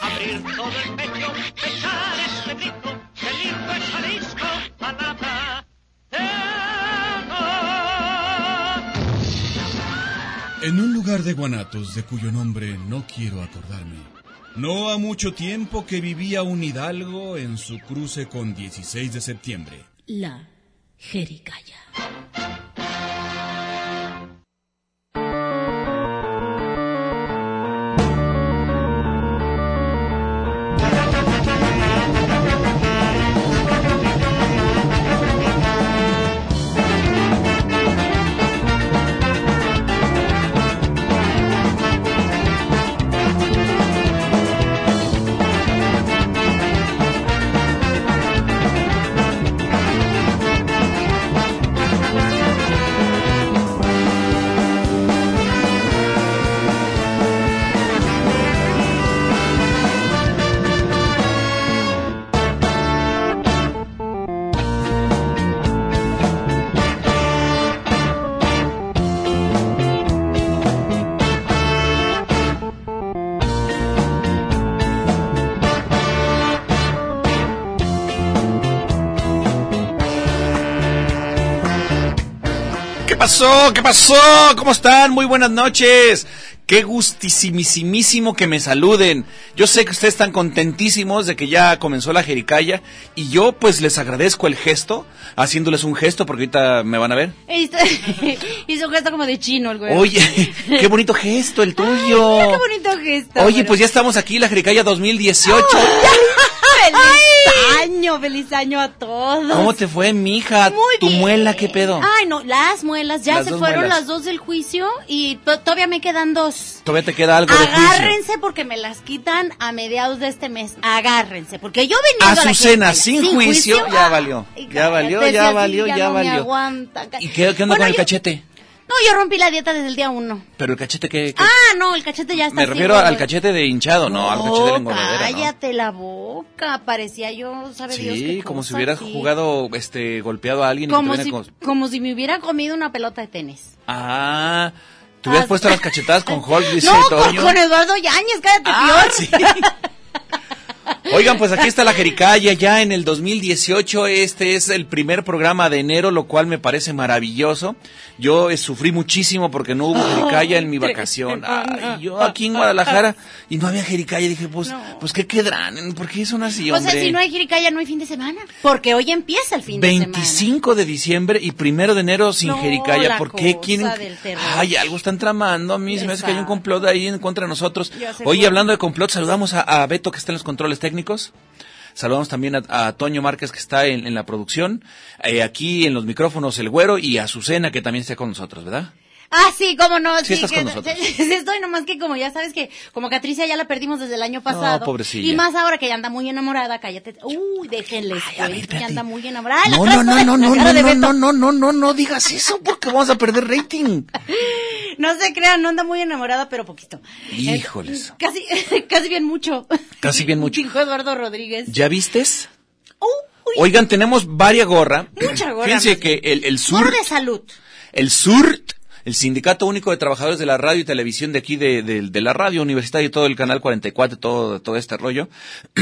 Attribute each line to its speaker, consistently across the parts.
Speaker 1: abrir todo el pecho, besar este grito, qué lindo es Jalisco, manada de amor.
Speaker 2: En un lugar de Guanatos de cuyo nombre no quiero acordarme, no ha mucho tiempo que vivía un hidalgo en su cruce con 16 de septiembre.
Speaker 3: La Jericaya.
Speaker 4: ¿Qué pasó? ¿Qué pasó? ¿Cómo están? Muy buenas noches. Qué gustisimisísimo que me saluden. Yo sé que ustedes están contentísimos de que ya comenzó la jericaya y yo pues les agradezco el gesto, haciéndoles un gesto porque ahorita me van a ver.
Speaker 3: Hizo, hizo un gesto como de chino el güey.
Speaker 4: Oye, qué bonito gesto el
Speaker 3: Ay,
Speaker 4: tuyo.
Speaker 3: mira qué bonito gesto.
Speaker 4: Oye, pues ya estamos aquí, la jericaya 2018.
Speaker 3: ¡Feliz año! ¡Feliz año a todos!
Speaker 4: ¿Cómo te fue, mija?
Speaker 3: Muy
Speaker 4: ¿Tu
Speaker 3: bien. Ah,
Speaker 4: muela qué pedo?
Speaker 3: Ay, no, las muelas. Ya
Speaker 4: Las
Speaker 3: se
Speaker 4: dos
Speaker 3: fueron
Speaker 4: muelas.
Speaker 3: las dos del juicio y to- todavía me quedan dos.
Speaker 4: Todavía te queda algo de juicio.
Speaker 3: Agárrense porque me las quitan a mediados de este mes. Agárrense, porque yo venía
Speaker 4: Azucena, sin juicio,
Speaker 3: ah,
Speaker 4: ya valió, ya valió, ya valió, ya valió. ¿Y qué, qué onda con el cachete?
Speaker 3: No, yo rompí la dieta desde el día uno.
Speaker 4: Pero el cachete que...
Speaker 3: Ah, no, el cachete ya está.
Speaker 4: Me
Speaker 3: así,
Speaker 4: refiero
Speaker 3: gordo.
Speaker 4: al cachete de hinchado, no, al cachete de la engordadera, ¿no?
Speaker 3: cállate la boca, parecía yo, sabe Dios
Speaker 4: Sí,
Speaker 3: qué
Speaker 4: como si
Speaker 3: cosa,
Speaker 4: hubieras
Speaker 3: sí.
Speaker 4: jugado, este, golpeado a alguien
Speaker 3: Como
Speaker 4: y te
Speaker 3: si,
Speaker 4: hubieran cons-
Speaker 3: como si me hubiera comido una pelota de tenis.
Speaker 4: Ah, te hubieras
Speaker 3: Ah,
Speaker 4: puesto las cachetadas con Hulk, dice
Speaker 3: no, con,
Speaker 4: Toño.
Speaker 3: con Eduardo Yáñez, cállate
Speaker 4: Ah,
Speaker 3: peor.
Speaker 4: sí. Oigan, pues aquí está la Jericaya ya en el 2018. Este es el primer programa de enero, lo cual me parece maravilloso. Yo eh, sufrí muchísimo porque no hubo Jericaya en mi vacación. Ay, yo aquí en Guadalajara y no había Jericaya. Dije, pues,
Speaker 3: No.
Speaker 4: pues ¿qué quedarán? ¿Por qué son así,
Speaker 3: O
Speaker 4: hombre?
Speaker 3: sea, si no hay jiricaya, no hay fin de semana. Porque hoy empieza el fin de semana.
Speaker 4: 25 de diciembre y primero de enero sin
Speaker 3: No,
Speaker 4: Jericaya.
Speaker 3: la
Speaker 4: ¿Por qué
Speaker 3: cosa
Speaker 4: quieren?
Speaker 3: del terror.
Speaker 4: Ay, algo están tramando. A mí se me hace que hay un
Speaker 3: Exacto.
Speaker 4: complot ahí en contra de nosotros.
Speaker 3: Ya sé
Speaker 4: Hoy,
Speaker 3: cuál.
Speaker 4: hablando de complot, saludamos a, a Beto que está en los controles técnicos. Saludamos también a, a Toño Márquez que está en, en la producción. Eh, aquí en los micrófonos el güero y a Azucena que también está con nosotros, ¿verdad?
Speaker 3: Ah, sí, cómo no.
Speaker 4: Sí estás
Speaker 3: que-
Speaker 4: con nosotros.
Speaker 3: sí estoy, nomás que como ya sabes que como Catricia ya la perdimos desde el año pasado.
Speaker 4: pobrecilla.
Speaker 3: Y más ahora que ya anda muy enamorada, cállate. Uy, déjenles.
Speaker 4: Ay, a ver,
Speaker 3: cuento que
Speaker 4: espérate.
Speaker 3: anda muy enamorada. Ay, la
Speaker 4: No, no,
Speaker 3: traes
Speaker 4: no,
Speaker 3: toda
Speaker 4: no,
Speaker 3: la
Speaker 4: no,
Speaker 3: cara
Speaker 4: no,
Speaker 3: de
Speaker 4: no,
Speaker 3: Beto.
Speaker 4: no, no, no, no, no digas eso porque vamos a perder rating.
Speaker 3: No se crean, no anda muy enamorada, pero poquito.
Speaker 4: Híjoles.
Speaker 3: Eh, Casi, casi bien mucho.
Speaker 4: Casi bien mucho.
Speaker 3: Dijo Eduardo Rodríguez. Uh,
Speaker 4: ¿Ya vistes?
Speaker 3: Uy, uy,
Speaker 4: Oigan, tenemos varias gorra.
Speaker 3: Mucha gorra,
Speaker 4: Fíjense
Speaker 3: más
Speaker 4: que el, el sur.
Speaker 3: gorro de salud.
Speaker 4: El SURT, el Sindicato Único de Trabajadores de la Radio y Televisión de aquí, de, de- de la radio universitaria y todo el Canal 44, todo, todo este rollo,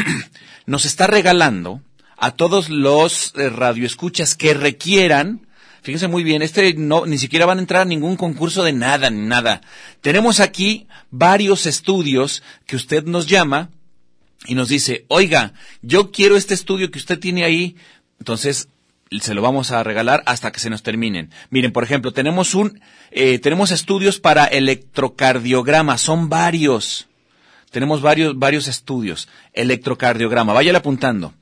Speaker 4: nos está regalando a todos los eh, radioescuchas que requieran Fíjense muy bien, este no, ni siquiera van a entrar a ningún concurso de nada, ni nada. Tenemos aquí varios estudios que usted nos llama y nos dice, oiga, yo quiero este estudio que usted tiene ahí, entonces se lo vamos a regalar hasta que se nos terminen. Miren, por ejemplo, tenemos un, eh, tenemos estudios para electrocardiograma, son varios. Tenemos varios, varios estudios. Electrocardiograma, váyale apuntando.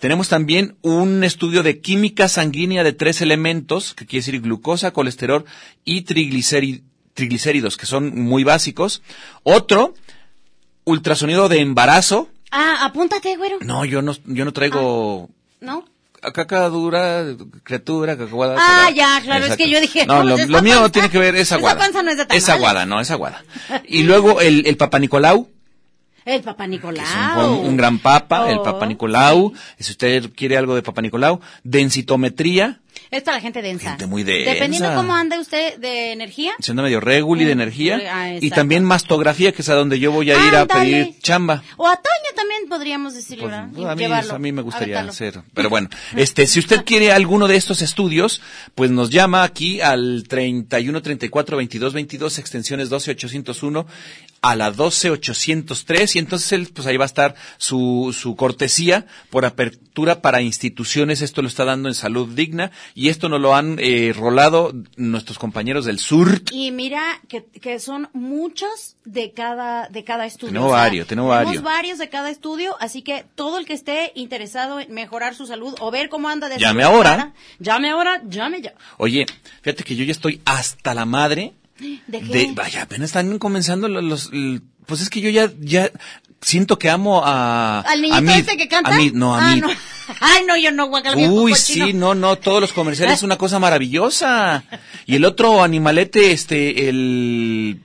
Speaker 4: Tenemos también un estudio de química sanguínea de tres elementos, que quiere decir glucosa, colesterol y trigliceri- triglicéridos, que son muy básicos. Otro, ultrasonido de embarazo,
Speaker 3: Ah, apúntate, güero.
Speaker 4: no, yo no, yo no traigo
Speaker 3: ¿No?
Speaker 4: caca dura, criatura, cacahuada.
Speaker 3: Ah,
Speaker 4: salada.
Speaker 3: ya, claro, es que yo dije,
Speaker 4: No,
Speaker 3: no,
Speaker 4: lo,
Speaker 3: pues
Speaker 4: lo
Speaker 3: esa
Speaker 4: mío
Speaker 3: panza-
Speaker 4: tiene que ver, es
Speaker 3: esa
Speaker 4: aguada.
Speaker 3: panza no es de tamal.
Speaker 4: Es aguada, no, es aguada. Y luego el, el Papa Nicolau.
Speaker 3: El Papa
Speaker 4: que
Speaker 3: Nicolau.
Speaker 4: es un, buen- un gran papa, el
Speaker 3: Oh.
Speaker 4: Papa Nicolau. Si usted quiere algo de Papa Nicolau, densitometría,
Speaker 3: Es para la gente densa.
Speaker 4: Gente muy densa.
Speaker 3: Dependiendo cómo ande usted de energía.
Speaker 4: se anda medio reguli de
Speaker 3: Mm,
Speaker 4: energía.
Speaker 3: ah,
Speaker 4: y
Speaker 3: exacto.
Speaker 4: también mastografía, que es a donde yo voy a ir a
Speaker 3: Ándale.
Speaker 4: pedir chamba.
Speaker 3: O a Toño también podríamos decirlo,
Speaker 4: Pues,
Speaker 3: ¿verdad? Y
Speaker 4: a, mí,
Speaker 3: llevarlo,
Speaker 4: a mí me gustaría
Speaker 3: aventarlo.
Speaker 4: hacer. Pero bueno, este, si usted quiere alguno de estos estudios, pues nos llama aquí al 31 34 22 22, extensiones 12 801 a la 12 803. Y entonces él, pues ahí va a estar su, su cortesía por apertura para instituciones. Esto lo está dando en salud digna y esto nos lo han eh, rolado nuestros compañeros del sur.
Speaker 3: Y mira que, que son muchos de cada de cada estudio.
Speaker 4: Tenemos varios, tenemos varios.
Speaker 3: de cada estudio, así que todo el que esté interesado en mejorar su salud o ver cómo anda de
Speaker 4: Llame
Speaker 3: salud,
Speaker 4: ahora.
Speaker 3: Ana, Llame ahora, llame ya.
Speaker 4: Oye, fíjate que yo ya estoy hasta la madre
Speaker 3: ¿De qué?
Speaker 4: De- vaya, apenas están comenzando los, los- l- pues es que yo ya, ya siento que amo a.
Speaker 3: ¿Al niñito
Speaker 4: a Mid.
Speaker 3: este que canta?
Speaker 4: A mí, no, a
Speaker 3: ah,
Speaker 4: mí.
Speaker 3: no. Ay, no, yo no, guacala, viejo
Speaker 4: Uy,
Speaker 3: cochino.
Speaker 4: sí, no, no, todos los comerciales es una cosa maravillosa. Y el otro animalete, este, el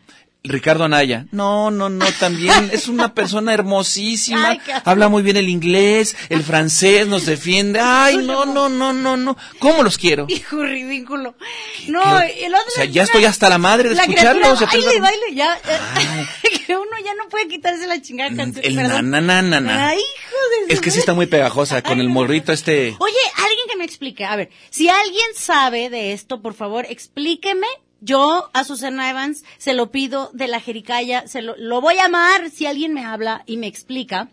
Speaker 4: Ricardo Anaya. No, no, no, también es una persona hermosísima.
Speaker 3: Ay, qué-
Speaker 4: Habla muy bien el inglés, el francés, nos defiende. Ay, no, no, no, no, no. ¿Cómo los quiero?
Speaker 3: Hijo ridículo. No,
Speaker 4: Qué-
Speaker 3: el otro
Speaker 4: o sea,
Speaker 3: es
Speaker 4: ya
Speaker 3: una-
Speaker 4: estoy hasta la madre de
Speaker 3: la
Speaker 4: escucharlos,
Speaker 3: criatura
Speaker 4: apenas-
Speaker 3: Baile, y baile, ya. eh, que uno ya no puede quitarse la chingada canción.
Speaker 4: Mm, El
Speaker 3: perdón.
Speaker 4: na, na, na, na, na.
Speaker 3: Ay, hijo de
Speaker 4: Es
Speaker 3: su
Speaker 4: que sí
Speaker 3: madre.
Speaker 4: está muy pegajosa con el morrito este.
Speaker 3: Oye, alguien que me explique. A ver, si alguien sabe de esto, por favor, explíqueme. Yo a Susana Evans se lo pido de la jericaya, se lo, lo voy a amar si alguien me habla y me explica.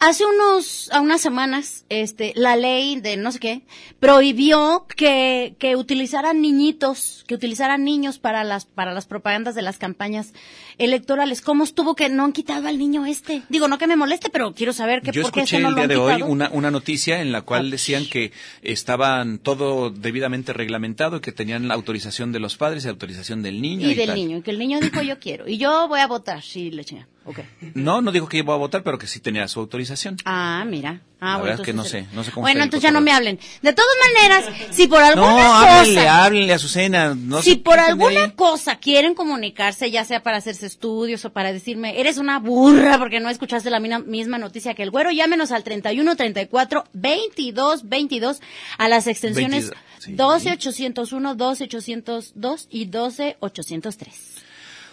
Speaker 3: Hace unos, a unas semanas, este, la ley de no sé qué, prohibió que, que utilizaran niñitos, que utilizaran niños para las, para las propagandas de las campañas electorales. ¿Cómo estuvo que no han quitado al niño este? Digo, no que me moleste, pero quiero saber que
Speaker 4: Yo
Speaker 3: por qué
Speaker 4: escuché
Speaker 3: ese no
Speaker 4: el
Speaker 3: lo
Speaker 4: día
Speaker 3: han
Speaker 4: de hoy
Speaker 3: quitado. Ah,
Speaker 4: una, una noticia en la cual decían que estaban todo debidamente reglamentado y que tenían la autorización de los padres y autorización del niño.
Speaker 3: y
Speaker 4: Y,
Speaker 3: del
Speaker 4: tal.
Speaker 3: niño, y que el niño dijo yo quiero, y yo voy a votar, sí, la chinga. Ok.
Speaker 4: No, no dijo que iba a votar, pero que sí tenía su autorización.
Speaker 3: Ah, mira.
Speaker 4: La
Speaker 3: Ah, bueno,
Speaker 4: verdad es que no
Speaker 3: entonces-
Speaker 4: sé, no sé cómo
Speaker 3: Bueno,
Speaker 4: está el
Speaker 3: entonces ya no
Speaker 4: cotorreo.
Speaker 3: me hablen. De todas maneras, si por alguna
Speaker 4: No,
Speaker 3: cosa...
Speaker 4: háblenle, háblenle a Azucena. No
Speaker 3: si
Speaker 4: sé
Speaker 3: por
Speaker 4: qué tiene
Speaker 3: alguna
Speaker 4: ahí.
Speaker 3: cosa quieren comunicarse, ya sea para hacerse estudios o para decirme, eres una burra porque no escuchaste la mina- misma noticia que el güero, llámenos al 31 34 22 22 a las extensiones
Speaker 4: 22, sí.
Speaker 3: 12 801, 12 802 y 12 803.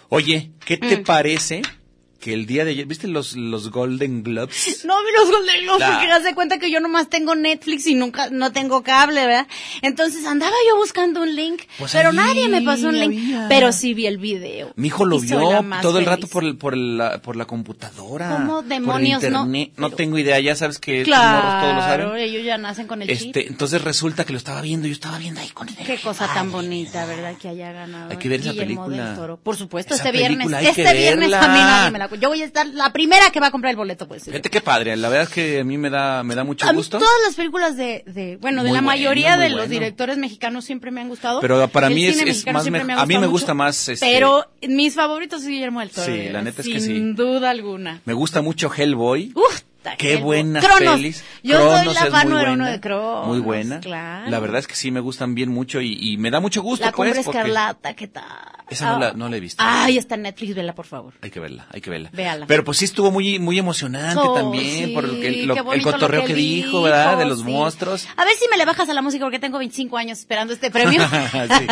Speaker 4: Oye, ¿qué te
Speaker 3: Mm.
Speaker 4: parece que el día de ayer, viste los, los Golden Globes?
Speaker 3: No, vi los Golden Globes
Speaker 4: Nah.
Speaker 3: porque haz de cuenta que yo nomás tengo Netflix y nunca, no tengo cable, ¿verdad? Entonces andaba yo buscando un link,
Speaker 4: Pues
Speaker 3: pero
Speaker 4: ahí
Speaker 3: nadie me pasó un link,
Speaker 4: había.
Speaker 3: pero sí vi el video.
Speaker 4: Mi hijo lo
Speaker 3: Y soy la
Speaker 4: vio
Speaker 3: más
Speaker 4: todo el rato
Speaker 3: feliz.
Speaker 4: por, el- por, la, por la computadora.
Speaker 3: ¿Cómo
Speaker 4: por el
Speaker 3: demonios no?
Speaker 4: internet. No
Speaker 3: Pero-
Speaker 4: tengo idea, ya sabes que estos morros todos lo
Speaker 3: Claro,
Speaker 4: saben.
Speaker 3: ellos ya nacen con el
Speaker 4: Este,
Speaker 3: chip.
Speaker 4: entonces resulta que lo estaba viendo, yo estaba viendo ahí con el
Speaker 3: Qué cosa tan bonita, ¿verdad? Que haya ganado.
Speaker 4: Hay que ver esa
Speaker 3: Guillermo
Speaker 4: película.
Speaker 3: del Toro. Por supuesto,
Speaker 4: Esa
Speaker 3: este viernes.
Speaker 4: película hay que
Speaker 3: Este viernes
Speaker 4: verla.
Speaker 3: a mí nadie me la. Yo voy a estar la primera que va a comprar el boleto, pues. sí.
Speaker 4: Fíjate qué padre, la verdad es que a mí me da, me da mucho
Speaker 3: A mí
Speaker 4: gusto.
Speaker 3: todas las películas de, de bueno, de
Speaker 4: Muy bueno,
Speaker 3: la mayoría
Speaker 4: muy
Speaker 3: de los
Speaker 4: bueno.
Speaker 3: directores mexicanos siempre me han gustado.
Speaker 4: Pero para
Speaker 3: El
Speaker 4: mí es-
Speaker 3: cine
Speaker 4: es
Speaker 3: mexicano
Speaker 4: más
Speaker 3: siempre
Speaker 4: me-
Speaker 3: ha
Speaker 4: a mí me
Speaker 3: gustado
Speaker 4: gusta
Speaker 3: mucho,
Speaker 4: más, este-
Speaker 3: Pero mis favoritos es Guillermo del Toro.
Speaker 4: Sí,
Speaker 3: ¿verdad?
Speaker 4: la neta es que sí.
Speaker 3: Sin duda alguna.
Speaker 4: Me gusta mucho Hellboy.
Speaker 3: Uf,
Speaker 4: Qué
Speaker 3: el-
Speaker 4: buenas
Speaker 3: Cronos.
Speaker 4: pelis.
Speaker 3: Yo soy
Speaker 4: Cronos
Speaker 3: la
Speaker 4: es
Speaker 3: fan
Speaker 4: muy
Speaker 3: número uno
Speaker 4: buena,
Speaker 3: de Cronos.
Speaker 4: Muy buena.
Speaker 3: Claro.
Speaker 4: La verdad es que sí me gustan bien mucho y, y me da mucho gusto.
Speaker 3: La
Speaker 4: pues,
Speaker 3: cumbre
Speaker 4: porque
Speaker 3: escarlata, ¿qué tal?
Speaker 4: Esa no la-
Speaker 3: Ah.
Speaker 4: no la he visto.
Speaker 3: Ay, está en Netflix, vela, por favor.
Speaker 4: Hay que verla, hay que verla.
Speaker 3: Véala.
Speaker 4: Pero pues sí estuvo muy, muy emocionante
Speaker 3: Oh,
Speaker 4: también
Speaker 3: sí,
Speaker 4: por lo que- lo-
Speaker 3: qué
Speaker 4: el
Speaker 3: bonito
Speaker 4: cotorreo
Speaker 3: lo
Speaker 4: que dijo, ¿verdad? De los
Speaker 3: sí.
Speaker 4: monstruos.
Speaker 3: A ver si me le bajas a la música porque tengo 25 años esperando este premio.
Speaker 4: Sí.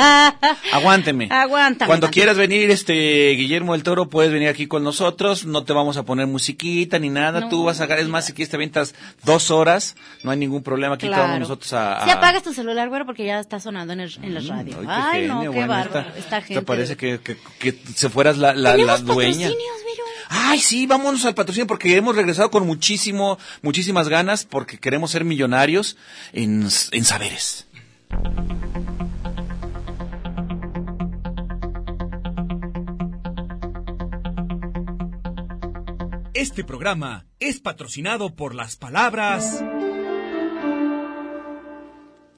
Speaker 4: Aguánteme.
Speaker 3: Aguántame.
Speaker 4: Cuando
Speaker 3: tantito.
Speaker 4: quieras venir, este Guillermo del Toro, puedes venir aquí con nosotros. No te vamos a poner musiquita ni nada.
Speaker 3: No,
Speaker 4: Tú vas a sacar, es más, si quieres te avientas dos horas. No hay ningún problema. Aquí te vamos
Speaker 3: Claro.
Speaker 4: nosotros a. a-
Speaker 3: Si apagas tu celular, güero, porque ya está sonando en, el, en la radio.
Speaker 4: Ay, qué
Speaker 3: Ay, no,
Speaker 4: genio,
Speaker 3: qué
Speaker 4: bueno, esta-
Speaker 3: bárbaro. Esta,
Speaker 4: esta
Speaker 3: gente.
Speaker 4: parece que, que, que se fueras la, la, la
Speaker 3: Tenemos
Speaker 4: dueña.
Speaker 3: patrocinios, güero.
Speaker 4: Ay, sí, vámonos al patrocinio porque hemos regresado con muchísimo, muchísimas ganas porque queremos ser millonarios en, en saberes.
Speaker 2: Este programa es patrocinado por las palabras.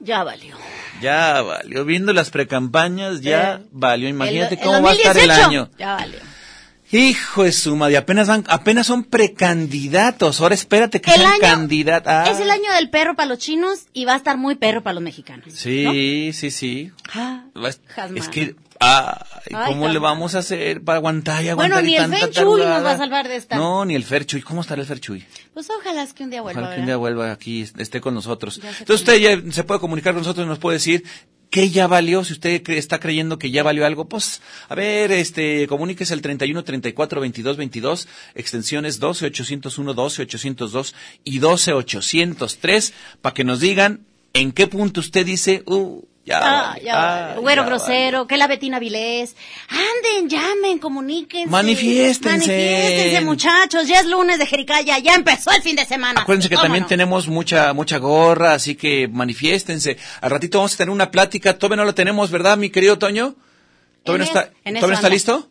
Speaker 3: Ya valió.
Speaker 4: Ya valió, viendo las precampañas, ya
Speaker 3: Eh,
Speaker 4: valió. Imagínate
Speaker 3: El- el
Speaker 4: cómo va a estar el
Speaker 3: 2018,
Speaker 4: año.
Speaker 3: Ya valió.
Speaker 4: Hijo de su madre, apenas van, apenas son precandidatos. Ahora espérate que
Speaker 3: El
Speaker 4: sean Ah.
Speaker 3: año
Speaker 4: candidatos.
Speaker 3: es el año del perro para los chinos y va a estar muy perro para los mexicanos.
Speaker 4: Sí, sí, sí.
Speaker 3: Ah,
Speaker 4: Va a est-
Speaker 3: Jasmine.
Speaker 4: Es que, ay,
Speaker 3: Ay,
Speaker 4: ¿cómo le
Speaker 3: Jasmine.
Speaker 4: vamos a hacer para aguantar y aguantar?
Speaker 3: Bueno,
Speaker 4: y
Speaker 3: ni el
Speaker 4: tanta
Speaker 3: Feng Shui nos
Speaker 4: tarugada?
Speaker 3: va a salvar de esta.
Speaker 4: No, ni el Ferchuy. ¿Cómo estará el Ferchuy?
Speaker 3: Pues ojalá es que un día vuelva.
Speaker 4: Ojalá que
Speaker 3: ¿verdad?
Speaker 4: un día vuelva aquí, est- esté con nosotros.
Speaker 3: Ya se
Speaker 4: Entonces usted ya se puede comunicar con nosotros y nos puede decir ¿Qué ya valió? Si usted cre- está creyendo que ya valió algo, pues, a ver, este, comuníquese al 31 34 22 22, extensiones 12 801, 12 802 y 12 803, para que nos digan en qué punto usted dice, uh, ya,
Speaker 3: Ah,
Speaker 4: vale,
Speaker 3: ya,
Speaker 4: ah,
Speaker 3: vale. güero
Speaker 4: ya
Speaker 3: grosero, que la Betina Vilés. Anden, llamen, comuníquense.
Speaker 4: Manifiéstense.
Speaker 3: Manifiéstense, muchachos. Ya es lunes de Jericaya, ya empezó el fin de semana.
Speaker 4: Acuérdense que
Speaker 3: ¿Cómo
Speaker 4: también
Speaker 3: no?
Speaker 4: tenemos mucha mucha gorra, así que manifiéstense. Al ratito vamos a tener una plática. Todavía no la tenemos, ¿verdad, mi querido Toño? ¿Todavía
Speaker 3: En
Speaker 4: no
Speaker 3: es-
Speaker 4: está, ¿todavía
Speaker 3: en
Speaker 4: no
Speaker 3: eso
Speaker 4: está
Speaker 3: ando.
Speaker 4: listo?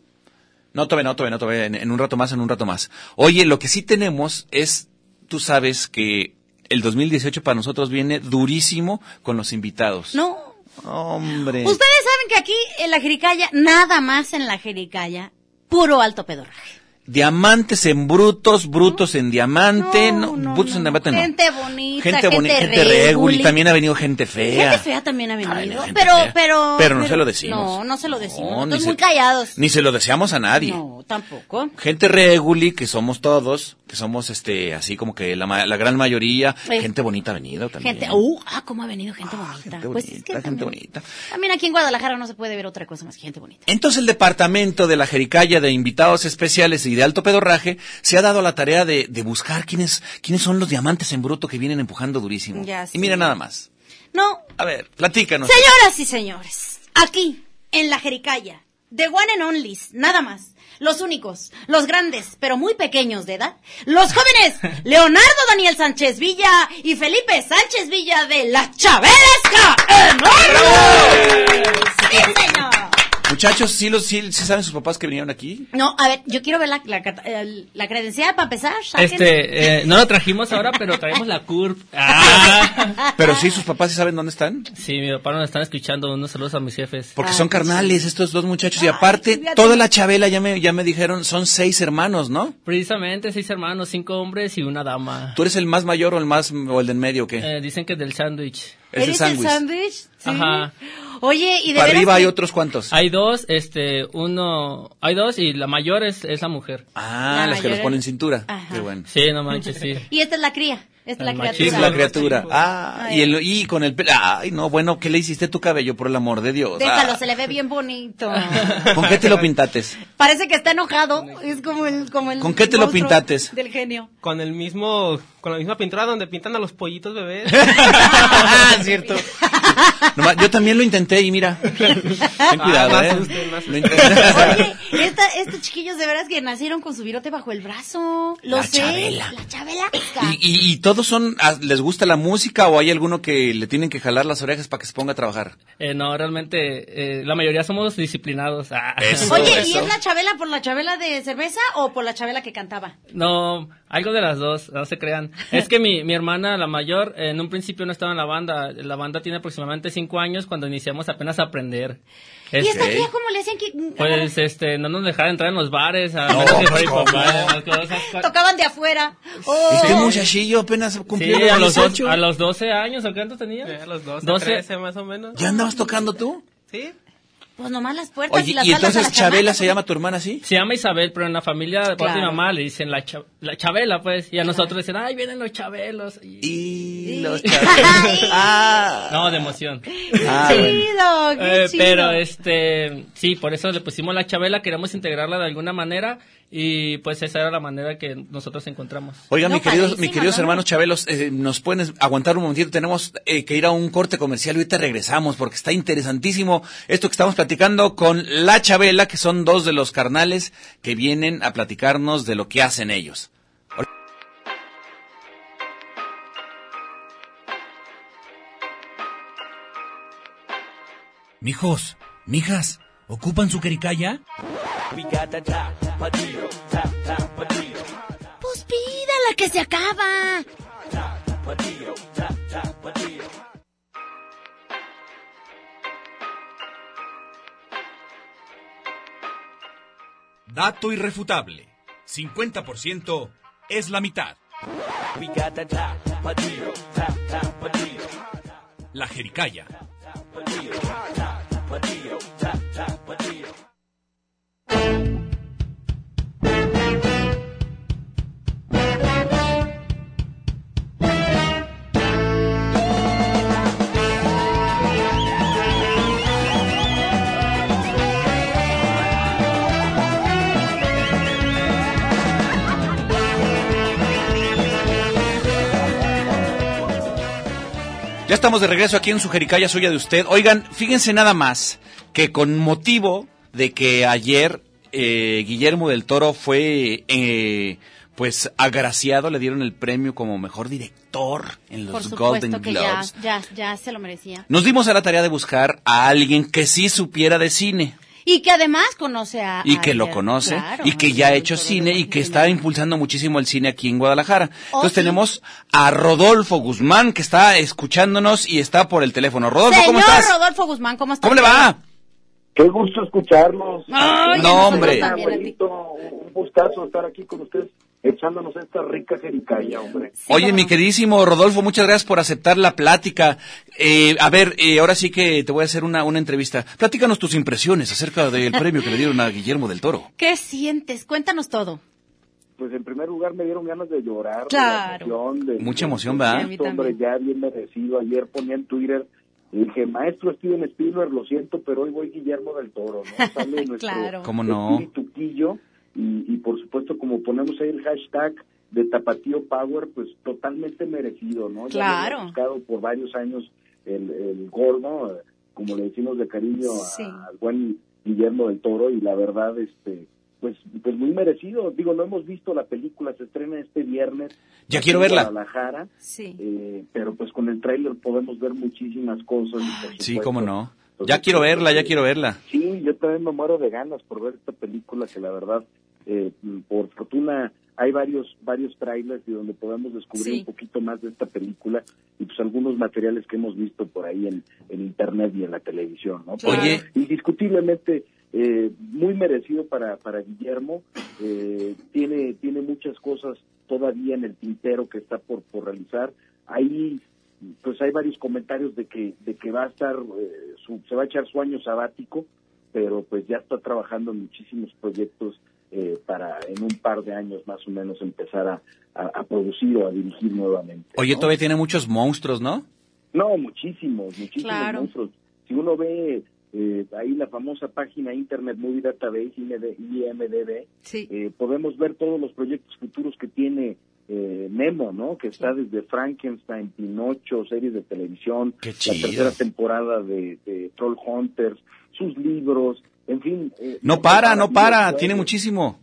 Speaker 4: No, todavía no, todavía no, todavía en, en un rato más, en un rato más. Oye, lo que sí tenemos es, tú sabes que el 2018 para nosotros viene durísimo con los invitados.
Speaker 3: No.
Speaker 4: Hombre.
Speaker 3: Ustedes saben que aquí en la Jericaya, nada más en la Jericaya, puro alto pedorraje.
Speaker 4: Diamantes en brutos, brutos en diamante, no,
Speaker 3: No, no,
Speaker 4: brutos en
Speaker 3: no,
Speaker 4: diamante, no.
Speaker 3: gente bonita,
Speaker 4: gente bonita,
Speaker 3: gente
Speaker 4: gente, reguli.
Speaker 3: reguli.
Speaker 4: También ha venido gente fea.
Speaker 3: Gente fea también ha venido.
Speaker 4: Ay, gente
Speaker 3: pero,
Speaker 4: fea.
Speaker 3: pero.
Speaker 4: Pero no se lo decimos.
Speaker 3: No, no se lo decimos.
Speaker 4: No, ni
Speaker 3: Estamos
Speaker 4: se-
Speaker 3: muy callados.
Speaker 4: Ni se lo deseamos a nadie.
Speaker 3: No, tampoco.
Speaker 4: Gente reguli, que somos todos, que somos este, así como que la, ma- la gran mayoría.
Speaker 3: Eh.
Speaker 4: Gente bonita ha venido también.
Speaker 3: Gente, uh, ah, cómo ha venido gente bonita.
Speaker 4: gente
Speaker 3: pues es que
Speaker 4: bonita, gente
Speaker 3: también-
Speaker 4: bonita.
Speaker 3: También aquí en Guadalajara no se puede ver otra cosa más que gente bonita.
Speaker 4: Entonces el departamento de la Jericaya de invitados especiales y de alto pedorraje se ha dado a la tarea de, de buscar quiénes, quiénes son los diamantes en bruto que vienen empujando durísimo.
Speaker 3: Ya
Speaker 4: y
Speaker 3: sé.
Speaker 4: mira nada más.
Speaker 3: No,
Speaker 4: A ver, platícanos.
Speaker 3: Señoras y señores, aquí, en la Jericaya, The One and Only, nada más, los únicos, los grandes, pero muy pequeños de edad, los jóvenes, Leonardo Daniel Sánchez Villa y Felipe Sánchez Villa de La Chaveresca Enorme. ¡Sí, señor!
Speaker 4: Muchachos, ¿sí, los, sí, sí saben sus papás que vinieron aquí?
Speaker 3: No, a ver, yo quiero ver la, la, cata- eh, la credencial para empezar. sáquenla.
Speaker 5: Este, eh, no lo trajimos ahora, pero traemos la curva. Ah.
Speaker 4: Pero sí, sus papás sí saben dónde están.
Speaker 5: Sí, mi papá nos están escuchando. Unos saludos a mis jefes.
Speaker 4: Porque
Speaker 3: Ay,
Speaker 4: son carnales estos dos muchachos. Y
Speaker 3: Ah, Ay,
Speaker 4: aparte,
Speaker 3: fíjate.
Speaker 4: toda la Chabela, ya me, ya me dijeron, son seis hermanos, ¿no?
Speaker 5: Precisamente seis hermanos, cinco hombres y una dama.
Speaker 4: ¿Tú eres el más mayor o el más o el del medio o qué?
Speaker 5: Eh, dicen que del sándwich.
Speaker 4: es el
Speaker 3: ¿Eres el
Speaker 4: sándwich.
Speaker 3: sándwich? Sí.
Speaker 5: Ajá.
Speaker 3: Oye, y de
Speaker 4: Para
Speaker 3: veras
Speaker 4: arriba hay
Speaker 3: que-
Speaker 4: otros cuantos.
Speaker 5: Hay dos, este, uno, hay dos y la mayor es, es la mujer.
Speaker 4: Ah,
Speaker 3: La
Speaker 4: los que
Speaker 3: mayor
Speaker 4: los
Speaker 3: es-
Speaker 4: ponen cintura.
Speaker 3: Ajá.
Speaker 4: Qué bueno.
Speaker 5: Sí, no manches, sí.
Speaker 3: Y esta es la cría, esta es
Speaker 5: El
Speaker 3: la
Speaker 5: machismo.
Speaker 4: Sí,
Speaker 3: criatura.
Speaker 4: es la criatura.
Speaker 5: Ay.
Speaker 4: Ah, y, el, y con el pelo. Ay, no, bueno, ¿qué le hiciste a tu cabello, por el amor de Dios?
Speaker 3: Déjalo,
Speaker 4: Ah.
Speaker 3: se le ve bien bonito.
Speaker 4: ¿Con qué te lo pintates?
Speaker 3: Parece que está enojado. Es como el, como el
Speaker 4: ¿Con qué te lo
Speaker 3: monstruo
Speaker 4: pintates?
Speaker 3: Del genio.
Speaker 6: Con el mismo, con la misma pintura donde pintan a los pollitos bebés.
Speaker 4: Cierto. Nomás, yo también lo intenté y mira. Ten cuidado,
Speaker 6: Ah, me
Speaker 4: ¿eh?
Speaker 6: asusté, me asusté.
Speaker 4: Lo intenté.
Speaker 3: Oye, esta, estos chiquillos de veras que nacieron con su virote bajo el brazo. Lo
Speaker 4: La
Speaker 3: sé.
Speaker 4: Chabela.
Speaker 3: La Chabela.
Speaker 4: ¿Y, y, y todos son, ah, les gusta la música o hay alguno que le tienen que jalar las orejas para que se ponga a trabajar?
Speaker 5: Eh, no, realmente, eh, la mayoría somos disciplinados. Ah.
Speaker 4: Eso.
Speaker 3: Oye, ¿y
Speaker 4: Eso.
Speaker 3: es la Chabela por la Chabela de cerveza o por la Chabela que cantaba?
Speaker 5: No, algo de las dos, no se crean. Es que mi, mi hermana, la mayor, en un principio no estaba en la banda. La banda tiene aproximadamente cinco años cuando iniciamos apenas a aprender.
Speaker 3: ¿Y esta
Speaker 5: Este,
Speaker 4: Ok.
Speaker 3: cría cómo le hacían que mm,
Speaker 5: pues, este, no nos dejaban entrar en los bares. A
Speaker 4: No,
Speaker 5: menos que
Speaker 4: pues,
Speaker 5: fuera mi
Speaker 4: ¿cómo?
Speaker 5: papá, esas cosas.
Speaker 3: tocaban de afuera? Oh.
Speaker 4: Este muchachillo apenas cumplió
Speaker 5: Sí, a los, dos-
Speaker 4: 18.
Speaker 5: a los 12 años, ¿o cuánto tenía?
Speaker 6: A los 12,
Speaker 5: 12.
Speaker 6: 13 más o menos.
Speaker 4: ¿Ya andabas tocando tú?
Speaker 6: ¿Sí?
Speaker 3: Pues nomás las puertas y
Speaker 4: Oye,
Speaker 3: las
Speaker 4: ¿y
Speaker 3: alas a
Speaker 4: entonces
Speaker 3: la
Speaker 4: Chabela
Speaker 3: chamaca.
Speaker 4: se llama tu hermana así?
Speaker 5: Se llama Isabel, pero en la familia de parte de mi
Speaker 3: Claro.
Speaker 5: mamá le dicen la, cha- la Chabela, pues. Y a nosotros dicen, ay, vienen los Chabelos. Y-
Speaker 4: Y
Speaker 3: Sí.
Speaker 4: los Chabela. Ah,
Speaker 5: No, de emoción.
Speaker 4: Ah,
Speaker 3: Qué
Speaker 4: bueno.
Speaker 3: chido, qué
Speaker 5: Eh,
Speaker 3: chido.
Speaker 5: pero este, sí, por eso le pusimos la Chabela, queremos integrarla de alguna manera y pues esa era la manera que nosotros encontramos.
Speaker 4: Oiga,
Speaker 3: No,
Speaker 4: mis queridos, mis
Speaker 3: padrísimo,
Speaker 4: queridos
Speaker 3: ¿no?
Speaker 4: hermanos Chabelos, eh, nos pueden aguantar un momentito. Tenemos eh, que ir a un corte comercial. Ahorita regresamos porque está interesantísimo esto que estamos platicando con la Chabela, que son dos de los carnales que vienen a platicarnos de lo que hacen ellos.
Speaker 7: Mijos, mijas, ¿ocupan su jericaya?
Speaker 3: Pues pídala que se acaba.
Speaker 7: Dato irrefutable. 50% es la mitad. La jericaya.
Speaker 4: estamos de regreso aquí en su jericaya suya de usted. Oigan, fíjense nada más que con motivo de que ayer eh, Guillermo del Toro fue eh, pues agraciado, le dieron el premio como mejor director en los
Speaker 3: Por supuesto
Speaker 4: Golden
Speaker 3: que ya,
Speaker 4: Globes.
Speaker 3: ya, ya se lo merecía.
Speaker 4: Nos dimos a la tarea de buscar a alguien que sí supiera de cine
Speaker 3: Y que además conoce a...
Speaker 4: y
Speaker 3: a
Speaker 4: que lo
Speaker 3: Guillermo,
Speaker 4: conoce
Speaker 3: Ah, claro,
Speaker 4: y que ya ha hecho
Speaker 3: Guillermo
Speaker 4: cine
Speaker 3: del
Speaker 4: y que
Speaker 3: Toro.
Speaker 4: está impulsando muchísimo el cine aquí en Guadalajara.
Speaker 3: Oh,
Speaker 4: Entonces
Speaker 3: sí.
Speaker 4: tenemos a Rodolfo Guzmán que está escuchándonos y está por el teléfono. Rodolfo,
Speaker 3: Señor
Speaker 4: ¿cómo estás?
Speaker 3: Rodolfo Guzmán, ¿cómo está?
Speaker 4: ¿Cómo le va?
Speaker 8: Qué gusto escucharlos.
Speaker 3: Ay,
Speaker 4: No,
Speaker 3: a nosotros
Speaker 4: hombre.
Speaker 3: también a ti.
Speaker 8: Abuelito, un gustazo estar aquí con ustedes echándonos esta rica jericaya, hombre.
Speaker 3: Sí,
Speaker 4: Oye,
Speaker 3: cómo
Speaker 4: mi
Speaker 3: no.
Speaker 4: queridísimo Rodolfo, muchas gracias por aceptar la plática. Eh, a ver, eh, ahora sí que te voy a hacer una, una entrevista. Platícanos tus impresiones acerca del premio que le dieron a Guillermo del Toro.
Speaker 3: ¿Qué sientes? Cuéntanos todo.
Speaker 8: Pues en primer lugar me dieron ganas de llorar.
Speaker 3: Claro.
Speaker 8: De la emoción, de-
Speaker 4: Mucha
Speaker 8: de-
Speaker 4: emoción,
Speaker 8: de-
Speaker 4: ¿verdad?
Speaker 3: Sí, a mí también.
Speaker 8: Hombre, ya bien merecido. Ayer ponía en Twitter y dije, maestro Steven Spielberg, lo siento, pero hoy voy Guillermo del Toro, ¿no? Sale nuestro
Speaker 3: Claro.
Speaker 4: ¿Cómo no?
Speaker 8: espíritu quillo, y, y por supuesto como ponemos ahí el hashtag de Tapatío Power, pues totalmente merecido, ¿no? Ya
Speaker 3: Claro.
Speaker 8: había buscado por varios años el, el gordo, eh, como le decimos de cariño a-
Speaker 3: Sí.
Speaker 8: al buen Guillermo del Toro, y la verdad, este, pues, pues muy merecido. Digo, no hemos visto la película, se estrena este viernes.
Speaker 4: Ya
Speaker 8: aquí
Speaker 4: quiero
Speaker 8: en
Speaker 4: verla.
Speaker 8: Guadalajara,
Speaker 3: Sí.
Speaker 8: eh, pero pues con el tráiler podemos ver muchísimas cosas. y por
Speaker 4: Sí,
Speaker 8: supuesto,
Speaker 4: cómo no.
Speaker 8: pues,
Speaker 4: Ya quiero verla, ya quiero verla.
Speaker 8: Sí, yo también me muero de ganas por ver esta película que la verdad, eh, por fortuna, hay varios varios trailers y donde podemos descubrir
Speaker 3: Sí.
Speaker 8: un poquito más de esta película y pues algunos materiales que hemos visto por ahí en, en internet y en la televisión, ¿no?
Speaker 3: Claro.
Speaker 4: Oye.
Speaker 8: indiscutiblemente eh, muy merecido para para Guillermo, eh, tiene tiene muchas cosas todavía en el tintero que está por por realizar. Ahí pues hay varios comentarios de que de que va a estar eh, su- se va a echar su año sabático pero pues ya está trabajando en muchísimos proyectos eh, para en un par de años más o menos empezar a, a- a producir o a dirigir nuevamente
Speaker 4: Oye,
Speaker 8: ¿no?
Speaker 4: todavía tiene muchos monstruos, ¿no?
Speaker 8: No, muchísimos, muchísimos
Speaker 3: Claro.
Speaker 8: monstruos. Si uno ve eh, ahí la famosa página Internet Movie Database, IMD IMDB,
Speaker 3: Sí.
Speaker 8: eh, podemos ver todos los proyectos futuros que tiene eh, Nemo, ¿no? Que está desde Frankenstein, Pinocho, series de televisión,
Speaker 4: Qué
Speaker 8: la
Speaker 4: chido.
Speaker 8: tercera temporada de, de Troll Hunters, sus libros, en fin. eh,
Speaker 4: No para, no para,
Speaker 8: mucho,
Speaker 4: tiene
Speaker 8: eh,
Speaker 4: muchísimo.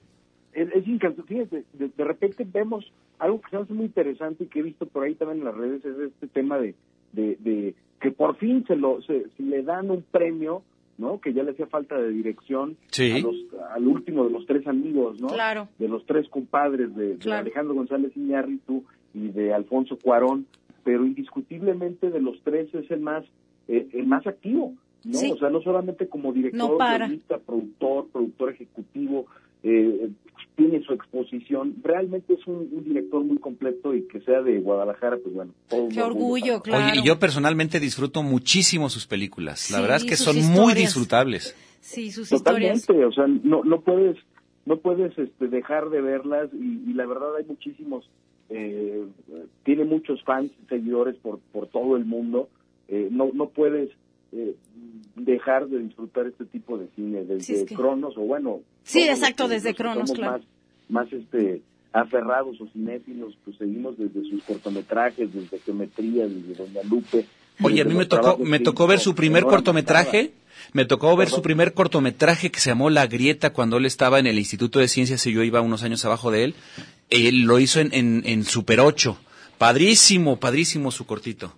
Speaker 8: es, es incansable. Fíjate, de, de repente vemos algo que se hace muy interesante y que he visto por ahí también en las redes, es este tema de, de, de que por fin se lo se, se le dan un premio, ¿no? Que ya le hacía falta de dirección
Speaker 4: Sí.
Speaker 8: a los- al último de los tres amigos, ¿no?
Speaker 3: Claro.
Speaker 8: De los tres compadres, de, de
Speaker 3: Claro.
Speaker 8: Alejandro González Iñárritu y de Alfonso Cuarón, pero indiscutiblemente de los tres es el más, eh, el más activo. ¿no?
Speaker 3: Sí.
Speaker 8: O sea, no solamente como director,
Speaker 3: No para.
Speaker 8: guionista, productor, productor ejecutivo, eh, tiene su exposición. Realmente es un, un director muy completo y que sea de Guadalajara, pues bueno. todo un
Speaker 3: Qué orgullo,
Speaker 8: para-
Speaker 3: claro.
Speaker 4: Oye, y yo personalmente disfruto muchísimo sus películas. La
Speaker 3: Sí,
Speaker 4: verdad es que
Speaker 3: sus
Speaker 4: son muy
Speaker 3: historias.
Speaker 4: disfrutables.
Speaker 3: Sí, sus historias.
Speaker 8: Totalmente, o sea, no, no puedes, no puedes este, dejar de verlas y, y la verdad hay muchísimos, eh, tiene muchos fans, seguidores por, por todo el mundo. Eh, no, no puedes eh, dejar de disfrutar este tipo de cine desde
Speaker 3: Sí, es que-
Speaker 8: Cronos o bueno.
Speaker 3: Sí,
Speaker 8: todos los
Speaker 3: exacto,
Speaker 8: que-
Speaker 3: desde
Speaker 8: los que
Speaker 3: Cronos,
Speaker 8: somos
Speaker 3: claro.
Speaker 8: Más, más este aferrados o cinéfilos, pues seguimos desde sus cortometrajes, desde Geometría, desde Doña Lupe.
Speaker 4: Oye,
Speaker 8: desde
Speaker 4: a mí me
Speaker 8: los
Speaker 4: tocó,
Speaker 8: trabajos
Speaker 4: me
Speaker 8: que
Speaker 4: tocó ver
Speaker 8: hizo
Speaker 4: su primer
Speaker 8: Nora
Speaker 4: cortometraje. Me tocó ver su
Speaker 8: Perdón.
Speaker 4: primer cortometraje que se llamó La Grieta cuando él estaba en el Instituto de Ciencias y yo iba unos años abajo de él. Él lo hizo en, en, en Super 8. Padrísimo, padrísimo su cortito.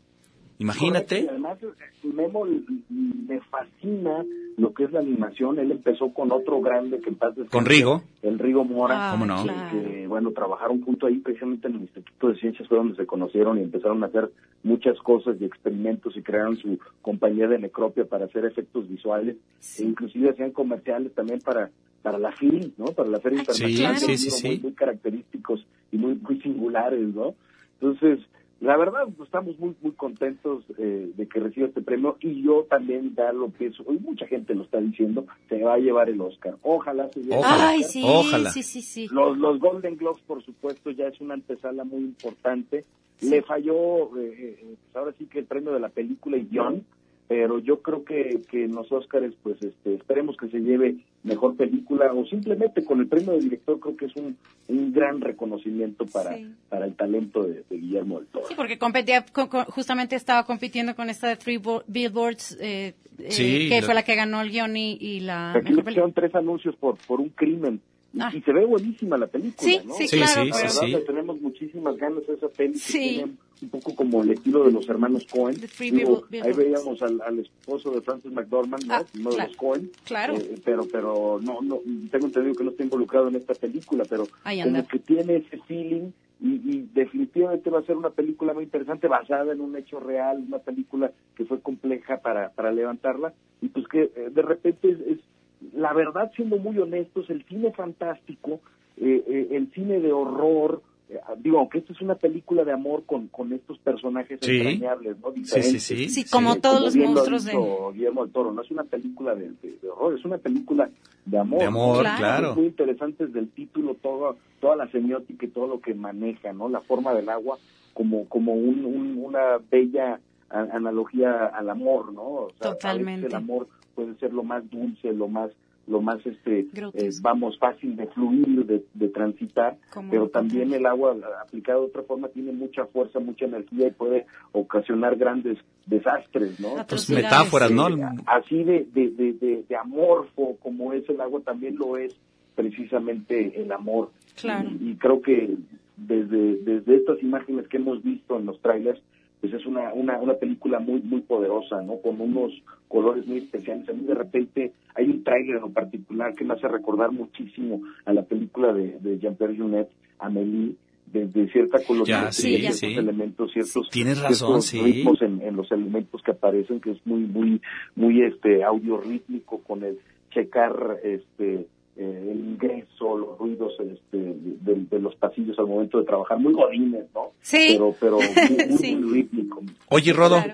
Speaker 4: Imagínate.
Speaker 8: Correcto, y Además, eh, Memo l- me fascina lo que es la animación. Él empezó con otro grande que en paz descanse,
Speaker 4: Con Rigo.
Speaker 8: El Rigo Mora.
Speaker 3: Ah,
Speaker 4: ¿Cómo no?
Speaker 8: que-
Speaker 3: claro.
Speaker 8: Que, bueno, trabajaron junto ahí precisamente en el Instituto de Ciencias, fue donde se conocieron y empezaron a hacer muchas cosas y experimentos y crearon su compañía de necropia para hacer efectos visuales.
Speaker 3: Sí.
Speaker 8: E inclusive hacían comerciales también para para la FIL, ¿no? Para la Feria
Speaker 3: Ah, sí,
Speaker 8: Internacional.
Speaker 3: claro.
Speaker 8: que
Speaker 4: sí, sí,
Speaker 8: muy-
Speaker 4: sí.
Speaker 8: Muy característicos y muy, muy singulares, ¿no? Entonces, la verdad, pues, estamos muy muy contentos eh, de que reciba este premio y yo también ya lo pienso, y mucha gente lo está diciendo, se va a llevar el Oscar. Ojalá se lleve el
Speaker 4: Ojalá,
Speaker 3: Ay,
Speaker 8: Oscar.
Speaker 3: sí,
Speaker 4: ojalá.
Speaker 3: sí, sí, sí.
Speaker 8: Los, los Golden Globes, por supuesto, ya es una antesala muy importante. Le falló, eh, eh, pues ahora sí que el premio de la película y guión, pero yo creo que, que en los Óscares, pues este, esperemos que se lleve mejor película o simplemente con el premio de director creo que es un, un gran reconocimiento para,
Speaker 3: Sí.
Speaker 8: para el talento de, de Guillermo del Toro.
Speaker 3: Sí, porque competía, con- con- justamente estaba compitiendo con esta de Three Bo- Billboards, eh, eh,
Speaker 4: Sí,
Speaker 3: que
Speaker 4: la-
Speaker 3: fue la que ganó el guión y, y la
Speaker 8: Aquí le
Speaker 3: mejor película.
Speaker 8: pusieron tres anuncios por, por un crimen y,
Speaker 3: Ah.
Speaker 8: y se ve buenísima la película,
Speaker 3: Sí,
Speaker 8: ¿no?
Speaker 3: sí,
Speaker 4: Sí,
Speaker 3: claro.
Speaker 4: sí,
Speaker 8: La
Speaker 3: pero-
Speaker 8: verdad,
Speaker 4: sí.
Speaker 8: le tenemos muchísimas ganas a esa peli. que
Speaker 3: Sí.
Speaker 8: tiene un poco como el estilo de los hermanos Cohen.
Speaker 3: The Three
Speaker 8: Digo,
Speaker 3: Billboards.
Speaker 8: ahí veíamos al, al esposo de Francis McDormand, ¿no?
Speaker 3: Ah,
Speaker 8: uno de
Speaker 3: claro.
Speaker 8: los Cohen.
Speaker 3: Claro.
Speaker 8: Eh, pero pero no, no, tengo entendido que no está involucrado en esta película, pero
Speaker 3: Ahí anda.
Speaker 8: como que tiene ese feeling y, y definitivamente va a ser una película muy interesante basada en un hecho real, una película que fue compleja para, para levantarla y pues que eh, de repente es, es- la verdad siendo muy honestos, el cine fantástico, eh, eh, el cine de horror, eh, digo, aunque esto es una película de amor con, con estos personajes
Speaker 4: Sí.
Speaker 8: entrañables, ¿no?
Speaker 4: Sí, sí,
Speaker 8: Diferentes.
Speaker 4: sí.
Speaker 3: Sí, como
Speaker 8: Eh,
Speaker 3: todos los
Speaker 8: bien lo ha
Speaker 3: monstruos de...
Speaker 8: dicho Guillermo del Toro, no es una película de, de- de horror, es una película de amor.
Speaker 4: De amor,
Speaker 3: Claro.
Speaker 4: claro.
Speaker 8: Es muy interesante desde el título, todo, toda la semiótica y todo lo que maneja, ¿no? La forma del agua como, como un- un- una bella a- analogía al amor, ¿no? O sea, a veces
Speaker 3: Totalmente.
Speaker 8: el amor puede ser lo más dulce, lo más lo más este eh,
Speaker 3: Grotesco.
Speaker 8: vamos fácil de fluir de, de transitar
Speaker 3: Como
Speaker 8: pero
Speaker 3: no
Speaker 8: también
Speaker 3: contar.
Speaker 8: el agua a- aplicada de otra forma tiene mucha fuerza mucha energía y puede ocasionar grandes desastres no
Speaker 3: Atrocidades.
Speaker 4: Pues metáforas, ¿no?
Speaker 8: eh, así de, de, de, de- de amorfo como es el agua, también lo es precisamente el amor.
Speaker 3: Claro.
Speaker 8: Y, y creo que desde, desde estas imágenes que hemos visto en los trailers, pues es una, una, una película muy muy poderosa, ¿no? Con unos colores muy especiales. A mí de repente hay un trailer en lo particular que me hace recordar muchísimo a la película de, de Jean-Pierre Junet, Amélie, de, de cierta colorimetría,
Speaker 4: sí,
Speaker 8: ciertos
Speaker 4: sí.
Speaker 8: elementos, ciertos,
Speaker 4: Tienes razón,
Speaker 8: ciertos
Speaker 4: sí.
Speaker 8: ritmos en, en los elementos que aparecen, que es muy, muy, muy este audio rítmico con el checar este eh, el ingreso, los ruidos este, de, de los pasillos al momento de trabajar, muy godines, ¿no?
Speaker 3: Sí.
Speaker 8: Pero, pero muy, muy,
Speaker 3: Sí.
Speaker 8: muy rítmico.
Speaker 4: Oye, Rodo,
Speaker 3: Claro.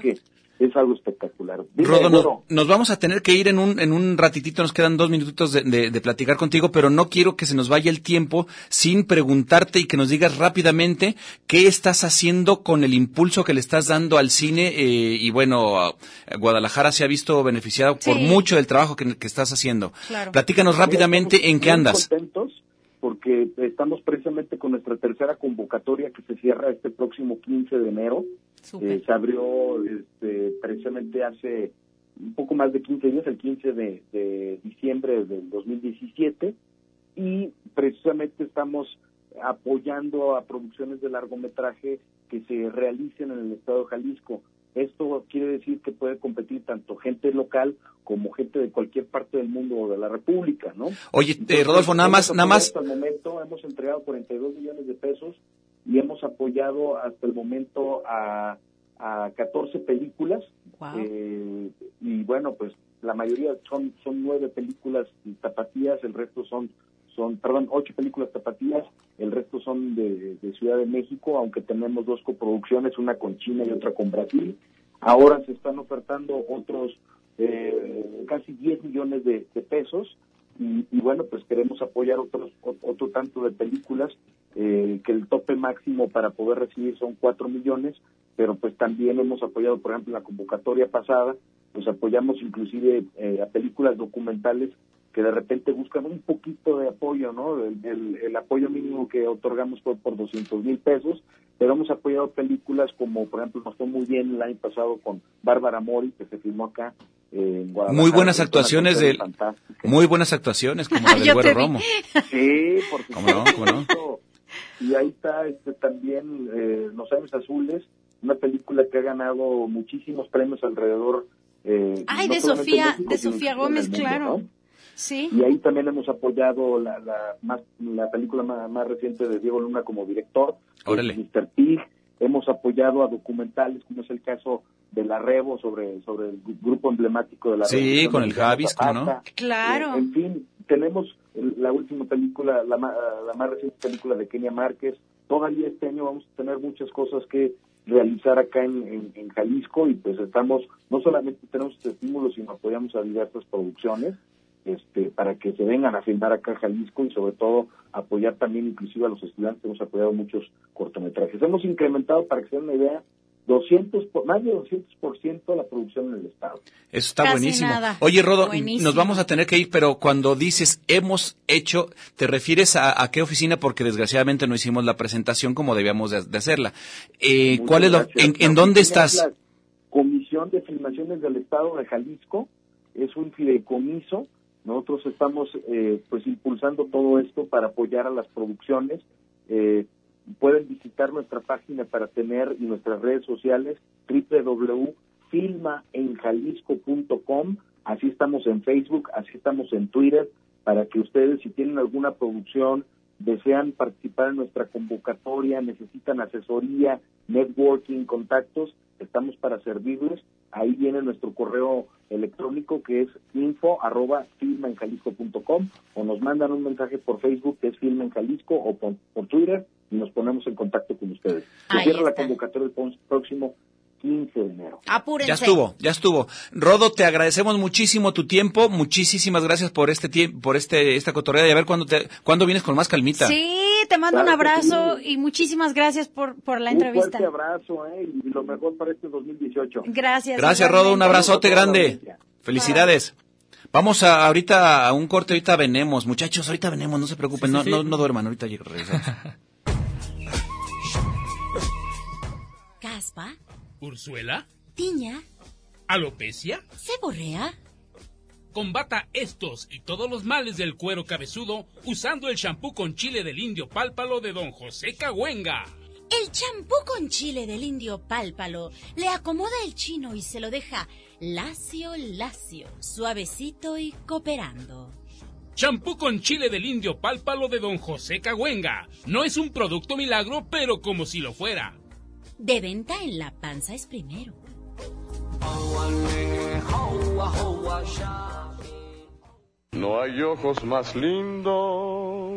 Speaker 8: Que es algo espectacular. Dime,
Speaker 4: Rodo, nos,
Speaker 8: Rodo.
Speaker 4: nos vamos a tener que ir en un, en un ratitito, nos quedan dos minutitos de, de- de platicar contigo, pero no quiero que se nos vaya el tiempo sin preguntarte y que nos digas rápidamente qué estás haciendo con el impulso que le estás dando al cine. eh, y bueno, a- a Guadalajara se ha visto beneficiado por
Speaker 3: Sí.
Speaker 4: mucho del trabajo que, que estás haciendo.
Speaker 3: Claro.
Speaker 4: Platícanos rápidamente
Speaker 8: Estamos
Speaker 4: en qué
Speaker 8: muy
Speaker 4: andas.
Speaker 8: contentos porque estamos precisamente con nuestra tercera convocatoria que se cierra este próximo 15 de enero.
Speaker 3: Súper.
Speaker 8: Eh, se abrió este, precisamente hace un poco más de 15 días, el 15 de, de diciembre del 2017, y precisamente estamos apoyando a producciones de largometraje que se realicen en el estado de Jalisco. Esto quiere decir que puede competir tanto gente local como gente de cualquier parte del mundo o de la República, ¿no?
Speaker 4: Oye, eh,
Speaker 8: Entonces,
Speaker 4: Rodolfo, nada
Speaker 8: hemos
Speaker 4: más, nada
Speaker 8: apoyado
Speaker 4: más.
Speaker 8: Hasta el momento hemos entregado 42 millones de pesos y hemos apoyado hasta el momento a, a 14 películas.
Speaker 4: Ah.
Speaker 3: Wow.
Speaker 8: eh, y bueno, pues la mayoría son son nueve películas tapatías, el resto son, son perdón, ocho películas tapatías, el resto son de, de Ciudad de México, aunque tenemos dos coproducciones, una con China y otra con Brasil. Ahora se están ofertando otros eh, casi 10 millones de, de pesos y, y bueno, pues queremos apoyar otros, o- otro tanto de películas, eh, que el tope máximo para poder recibir son 4 millones, pero pues también hemos apoyado, por ejemplo, en la convocatoria pasada, pues apoyamos inclusive eh, a películas documentales que de repente buscan un poquito de apoyo, ¿no? El, el- el apoyo mínimo que otorgamos fue por 200 mil pesos, pero hemos apoyado películas como, por ejemplo, nos fue muy bien el año pasado con Bárbara Mori, que se filmó acá eh, en Guadalajara.
Speaker 4: Muy buenas
Speaker 8: que es una
Speaker 4: actuaciones
Speaker 8: cosa
Speaker 4: del-
Speaker 8: fantástica.
Speaker 4: Muy buenas actuaciones, como la del
Speaker 3: Yo
Speaker 4: Güero
Speaker 3: te vi.
Speaker 4: Romo.
Speaker 8: Sí, porque
Speaker 4: ¿Cómo no? ¿Cómo no?
Speaker 8: Y ahí está este, también eh, Los Años Azules, una película que ha ganado muchísimos premios alrededor. Eh,
Speaker 3: Ay,
Speaker 8: no
Speaker 3: de
Speaker 8: solamente en
Speaker 3: Sofía-
Speaker 8: México,
Speaker 3: de
Speaker 8: sino
Speaker 3: Sofía
Speaker 8: en el
Speaker 3: Gómez,
Speaker 8: mundo,
Speaker 3: claro.
Speaker 8: ¿no?
Speaker 3: Sí.
Speaker 8: Y ahí también hemos apoyado la, la, más, la película más, más reciente de Diego Luna como director, que
Speaker 4: Órale.
Speaker 8: es Mr. Pig. Hemos apoyado a documentales, como es el caso de la Rebo sobre, sobre el gru- grupo emblemático de la
Speaker 4: Sí,
Speaker 8: Revolución
Speaker 4: con el
Speaker 8: Mexicana
Speaker 4: Javis, ¿cómo no?
Speaker 8: Zapata.
Speaker 3: Claro.
Speaker 8: Eh, en fin, tenemos la última película, la, ma- la más reciente película de Kenia Márquez. Todavía este año vamos a tener muchas cosas que realizar acá en, en- en Jalisco y pues estamos, no solamente tenemos este estímulo, sino apoyamos a diversas producciones este, para que se vengan a filmar acá a Jalisco y sobre todo apoyar también inclusive a los estudiantes, hemos apoyado muchos cortometrajes. Hemos incrementado, para que se den una idea, 200, por- más de 200% la producción en el Estado.
Speaker 4: Eso está
Speaker 3: Casi
Speaker 4: buenísimo.
Speaker 3: nada.
Speaker 4: Oye, Rodo,
Speaker 3: Buenísimo.
Speaker 4: nos vamos a tener que ir, pero cuando dices hemos hecho, ¿te refieres a, a qué oficina? Porque desgraciadamente no hicimos la presentación como debíamos de, de hacerla. Eh,
Speaker 8: Muchas
Speaker 4: ¿Cuál es la-
Speaker 8: gracias.
Speaker 4: en, en
Speaker 8: La
Speaker 4: dónde
Speaker 8: oficina es
Speaker 4: estás?
Speaker 8: la Comisión de Filmaciones del Estado de Jalisco es un fideicomiso. Nosotros estamos eh, pues impulsando todo esto para apoyar a las producciones. Eh, pueden visitar nuestra página para tener y nuestras redes sociales www.filmaenjalisco.com. Así estamos en Facebook, así estamos en Twitter, para que ustedes si tienen alguna producción, desean participar en nuestra convocatoria, necesitan asesoría, networking, contactos, estamos para servirles. Ahí viene nuestro correo electrónico que es info arroba filmenjalisco.com o nos mandan un mensaje por Facebook que es Filma en Jalisco o por, por Twitter y nos ponemos en contacto con ustedes. Se
Speaker 3: Ahí
Speaker 8: cierra la
Speaker 3: está.
Speaker 8: convocatoria el pon- próximo 15 de enero.
Speaker 3: Apúrense.
Speaker 4: Ya estuvo, ya estuvo. Rodo, te agradecemos muchísimo tu tiempo, muchísimas gracias por este tiempo, por este esta cotorrea y a ver cuándo te cuándo vienes con más calmita.
Speaker 3: Sí, te mando un
Speaker 8: Claro que
Speaker 3: abrazo
Speaker 8: sí.
Speaker 3: y muchísimas gracias por, por la
Speaker 8: un
Speaker 3: entrevista.
Speaker 8: fuerte abrazo ¿eh? y lo mejor para este 2018.
Speaker 3: Gracias.
Speaker 4: Gracias,
Speaker 3: igualmente.
Speaker 4: Rodo. Un abrazote
Speaker 8: Saludos a toda la
Speaker 4: grande.
Speaker 8: audiencia.
Speaker 4: Felicidades. Vamos a, ahorita a un corte, ahorita venemos. Muchachos, ahorita venemos, no se preocupen, no,
Speaker 5: sí.
Speaker 4: No, no duerman, ahorita lleg- regresamos.
Speaker 9: Caspa,
Speaker 10: Ursuela,
Speaker 9: tiña,
Speaker 10: alopecia,
Speaker 9: seborrea.
Speaker 10: combata estos y todos los males del cuero cabezudo usando el champú con chile del indio pálpalo de don José Cahuenga.
Speaker 9: El champú con chile del indio pálpalo le acomoda el chino y se lo deja lacio, lacio, suavecito y cooperando.
Speaker 10: Champú con chile del indio pálpalo de don José Cahuenga. No es un producto milagro, pero como si lo fuera.
Speaker 9: De venta en La Panza es primero.
Speaker 11: No hay ojos más lindos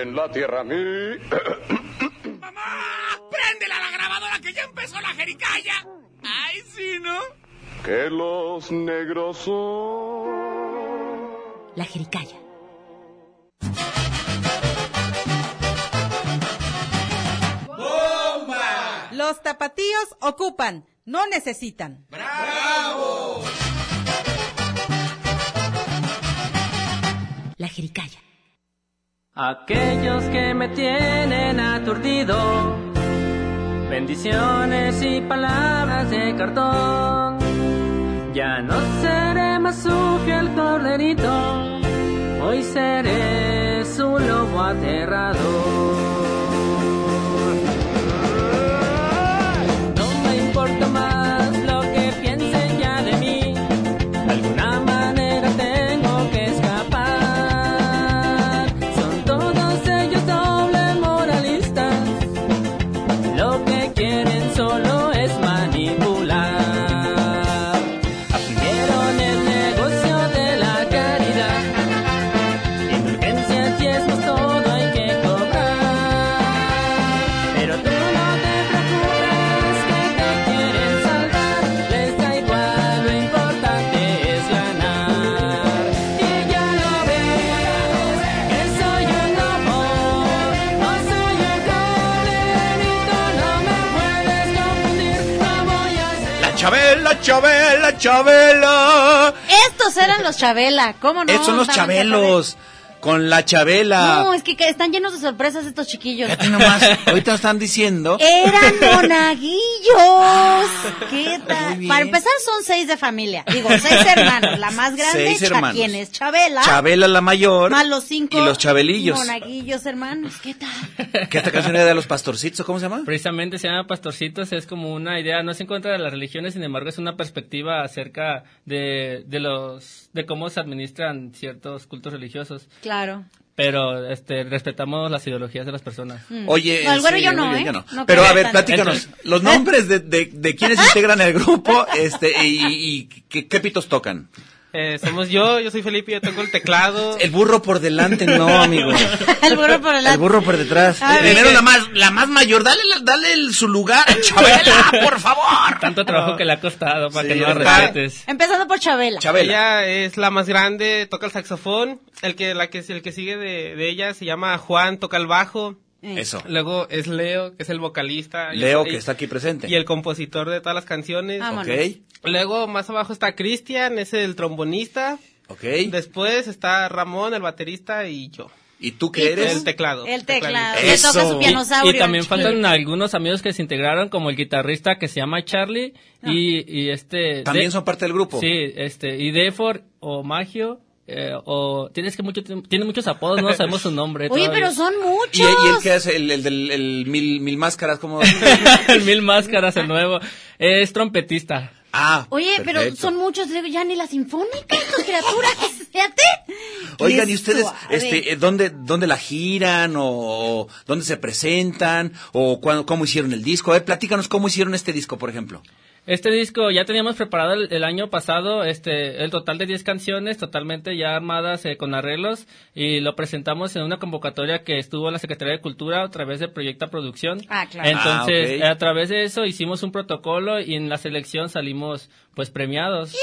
Speaker 11: en la tierra mí.
Speaker 10: ¡Préndela la grabadora que ya empezó la jericaya! ¡Ay, sí, no!
Speaker 11: que los negros son.
Speaker 9: La Jericaya.
Speaker 12: Los tapatíos ocupan, no necesitan.
Speaker 9: La Jericaya.
Speaker 5: Aquellos que me tienen aturdido, bendiciones y palabras de cartón. Ya no seré más su que el corderito, hoy seré su lobo aterrador. No me importa más lo que piensen ya de mí. De alguna manera tengo que escapar. Son todos ellos dobles moralistas. Lo que quieren solo es manipular. Aprendieron el negocio de la caridad. Indulgencias y es todo hay que cobrar. Pero tú no te preocupes que te quieren salvar. Les da igual, lo importante es ganar. Y ya lo ves, que soy un lobo, no soy un colerito, no me puedes confundir, no voy a ser.
Speaker 4: La Chabela, Chabela, Chabela.
Speaker 3: Estos eran los Chabela, ¿cómo no?
Speaker 4: Estos son los
Speaker 3: Estaban
Speaker 4: chabelos. Con la Chabela.
Speaker 3: Chabela. No, es que ca- están llenos de sorpresas estos chiquillos.
Speaker 4: Fíjate nomás, ahorita están diciendo.
Speaker 3: Eran monaguillos. ¿Qué
Speaker 4: Ah, Muy
Speaker 3: tal?
Speaker 4: bien.
Speaker 3: Para empezar son seis de familia. Digo, seis hermanos. La más grande,
Speaker 4: Seis
Speaker 3: Cha-
Speaker 4: hermanos.
Speaker 3: ¿quién es? Chabela.
Speaker 4: Chabela la mayor.
Speaker 3: Más los cinco.
Speaker 4: Y los chabelillos.
Speaker 3: Monaguillos, hermanos. ¿Qué tal?
Speaker 4: Que esta canción era de los pastorcitos, ¿cómo se llama?
Speaker 5: Precisamente se llama Pastorcitos, es como una idea, no se encuentra de las religiones, sin embargo es una perspectiva acerca de, de los, de cómo se administran ciertos cultos religiosos,
Speaker 3: Claro.
Speaker 5: pero este, respetamos las ideologías de las personas.
Speaker 3: Mm.
Speaker 4: Oye,
Speaker 3: No, el güero
Speaker 4: sí,
Speaker 3: yo
Speaker 4: muy
Speaker 3: no,
Speaker 4: bien,
Speaker 3: ¿eh?
Speaker 4: yo no.
Speaker 3: No
Speaker 4: Pero a
Speaker 3: creo
Speaker 4: ver,
Speaker 3: tanto.
Speaker 4: platícanos, los nombres de, de, de quienes integran el grupo este y, y- y qué, qué pitos tocan.
Speaker 13: Eh, somos yo, yo soy Felipe, yo toco el teclado.
Speaker 4: El burro por delante, no, amigo.
Speaker 3: El burro por el
Speaker 4: El burro por detrás.
Speaker 3: A ver.
Speaker 4: Primero la más, la más mayor, dale, la- dale el- su lugar a Chabela, por favor.
Speaker 5: Tanto trabajo que le ha costado para
Speaker 4: Sí,
Speaker 5: que no la
Speaker 4: ¿verdad?
Speaker 5: respetes.
Speaker 3: Empezando por Chabela.
Speaker 4: Chabela.
Speaker 13: Ella es la más grande, toca el saxofón. El que, la que, el que sigue de, de ella se llama Juan, toca el bajo.
Speaker 4: Eso.
Speaker 14: Luego es Leo, que es el vocalista. y-
Speaker 4: Leo,
Speaker 14: y-
Speaker 4: que está aquí presente.
Speaker 14: Y el compositor de todas las canciones.
Speaker 4: Vámonos. Ok.
Speaker 14: Luego más abajo está Cristian, es el trombonista.
Speaker 4: Ok.
Speaker 14: Después está Ramón, el baterista y yo.
Speaker 4: ¿Y tú
Speaker 14: qué ¿Y eres? tú? El teclado.
Speaker 3: El
Speaker 14: Tecladista.
Speaker 3: teclado. Que toca su pianosaurio.
Speaker 5: Y también faltan algunos amigos que se integraron, como el guitarrista que se llama Charlie y, y este...
Speaker 4: También son parte del grupo.
Speaker 5: Sí, este, y Defor o Magio. eh, o tienes que mucho tiene muchos apodos no sabemos su nombre
Speaker 3: Oye,
Speaker 5: todavía.
Speaker 3: pero son
Speaker 4: ¿Y, y
Speaker 3: muchos.
Speaker 4: el que hace el, el del el mil, mil máscaras? como
Speaker 5: el mil máscaras el nuevo es trompetista
Speaker 4: ah
Speaker 3: Oye, pero son muchos, digo, ya ni la sinfónica, estas criaturas, fíjate.
Speaker 4: Oigan, ¿y
Speaker 3: Qué
Speaker 4: ustedes
Speaker 3: suave.
Speaker 4: este, eh, ¿dónde, dónde la giran o dónde se presentan o cuándo- cómo hicieron el disco? A ver, platícanos cómo hicieron este disco, por ejemplo.
Speaker 5: Este disco ya teníamos preparado el, el año pasado, este, el total de 10 canciones totalmente ya armadas eh, con arreglos y lo presentamos en una convocatoria que estuvo la Secretaría de Cultura a través de Proyecta Producción.
Speaker 3: Ah, claro.
Speaker 5: Entonces,
Speaker 4: Ah, ok.
Speaker 5: eh, a través de eso hicimos un protocolo y en la selección salimos pues premiados.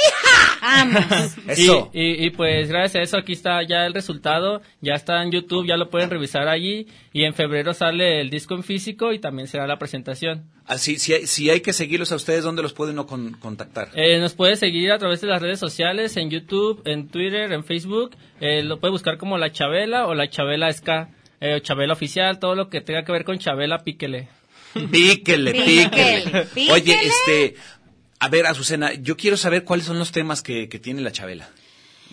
Speaker 4: Eso.
Speaker 5: Y, y- y, pues gracias a eso aquí está ya el resultado, ya está en YouTube, ya lo pueden revisar allí y en febrero sale el disco en físico y también será la presentación.
Speaker 4: Así, si, Ah, hay- si hay que seguirlos a ustedes, ¿dónde los pueden no con- contactar?
Speaker 5: Eh, nos puede seguir a través de las redes sociales, en YouTube, en Twitter, en Facebook. Eh, lo puede buscar como La Chabela o La Chabela SK. eh, o Chabela Oficial, todo lo que tenga que ver con Chabela, píquele.
Speaker 4: Píquele, píquele.
Speaker 5: Píquele, píquele.
Speaker 4: Oye, este, a ver, Azucena, yo quiero saber cuáles son los temas que, que tiene la Chabela.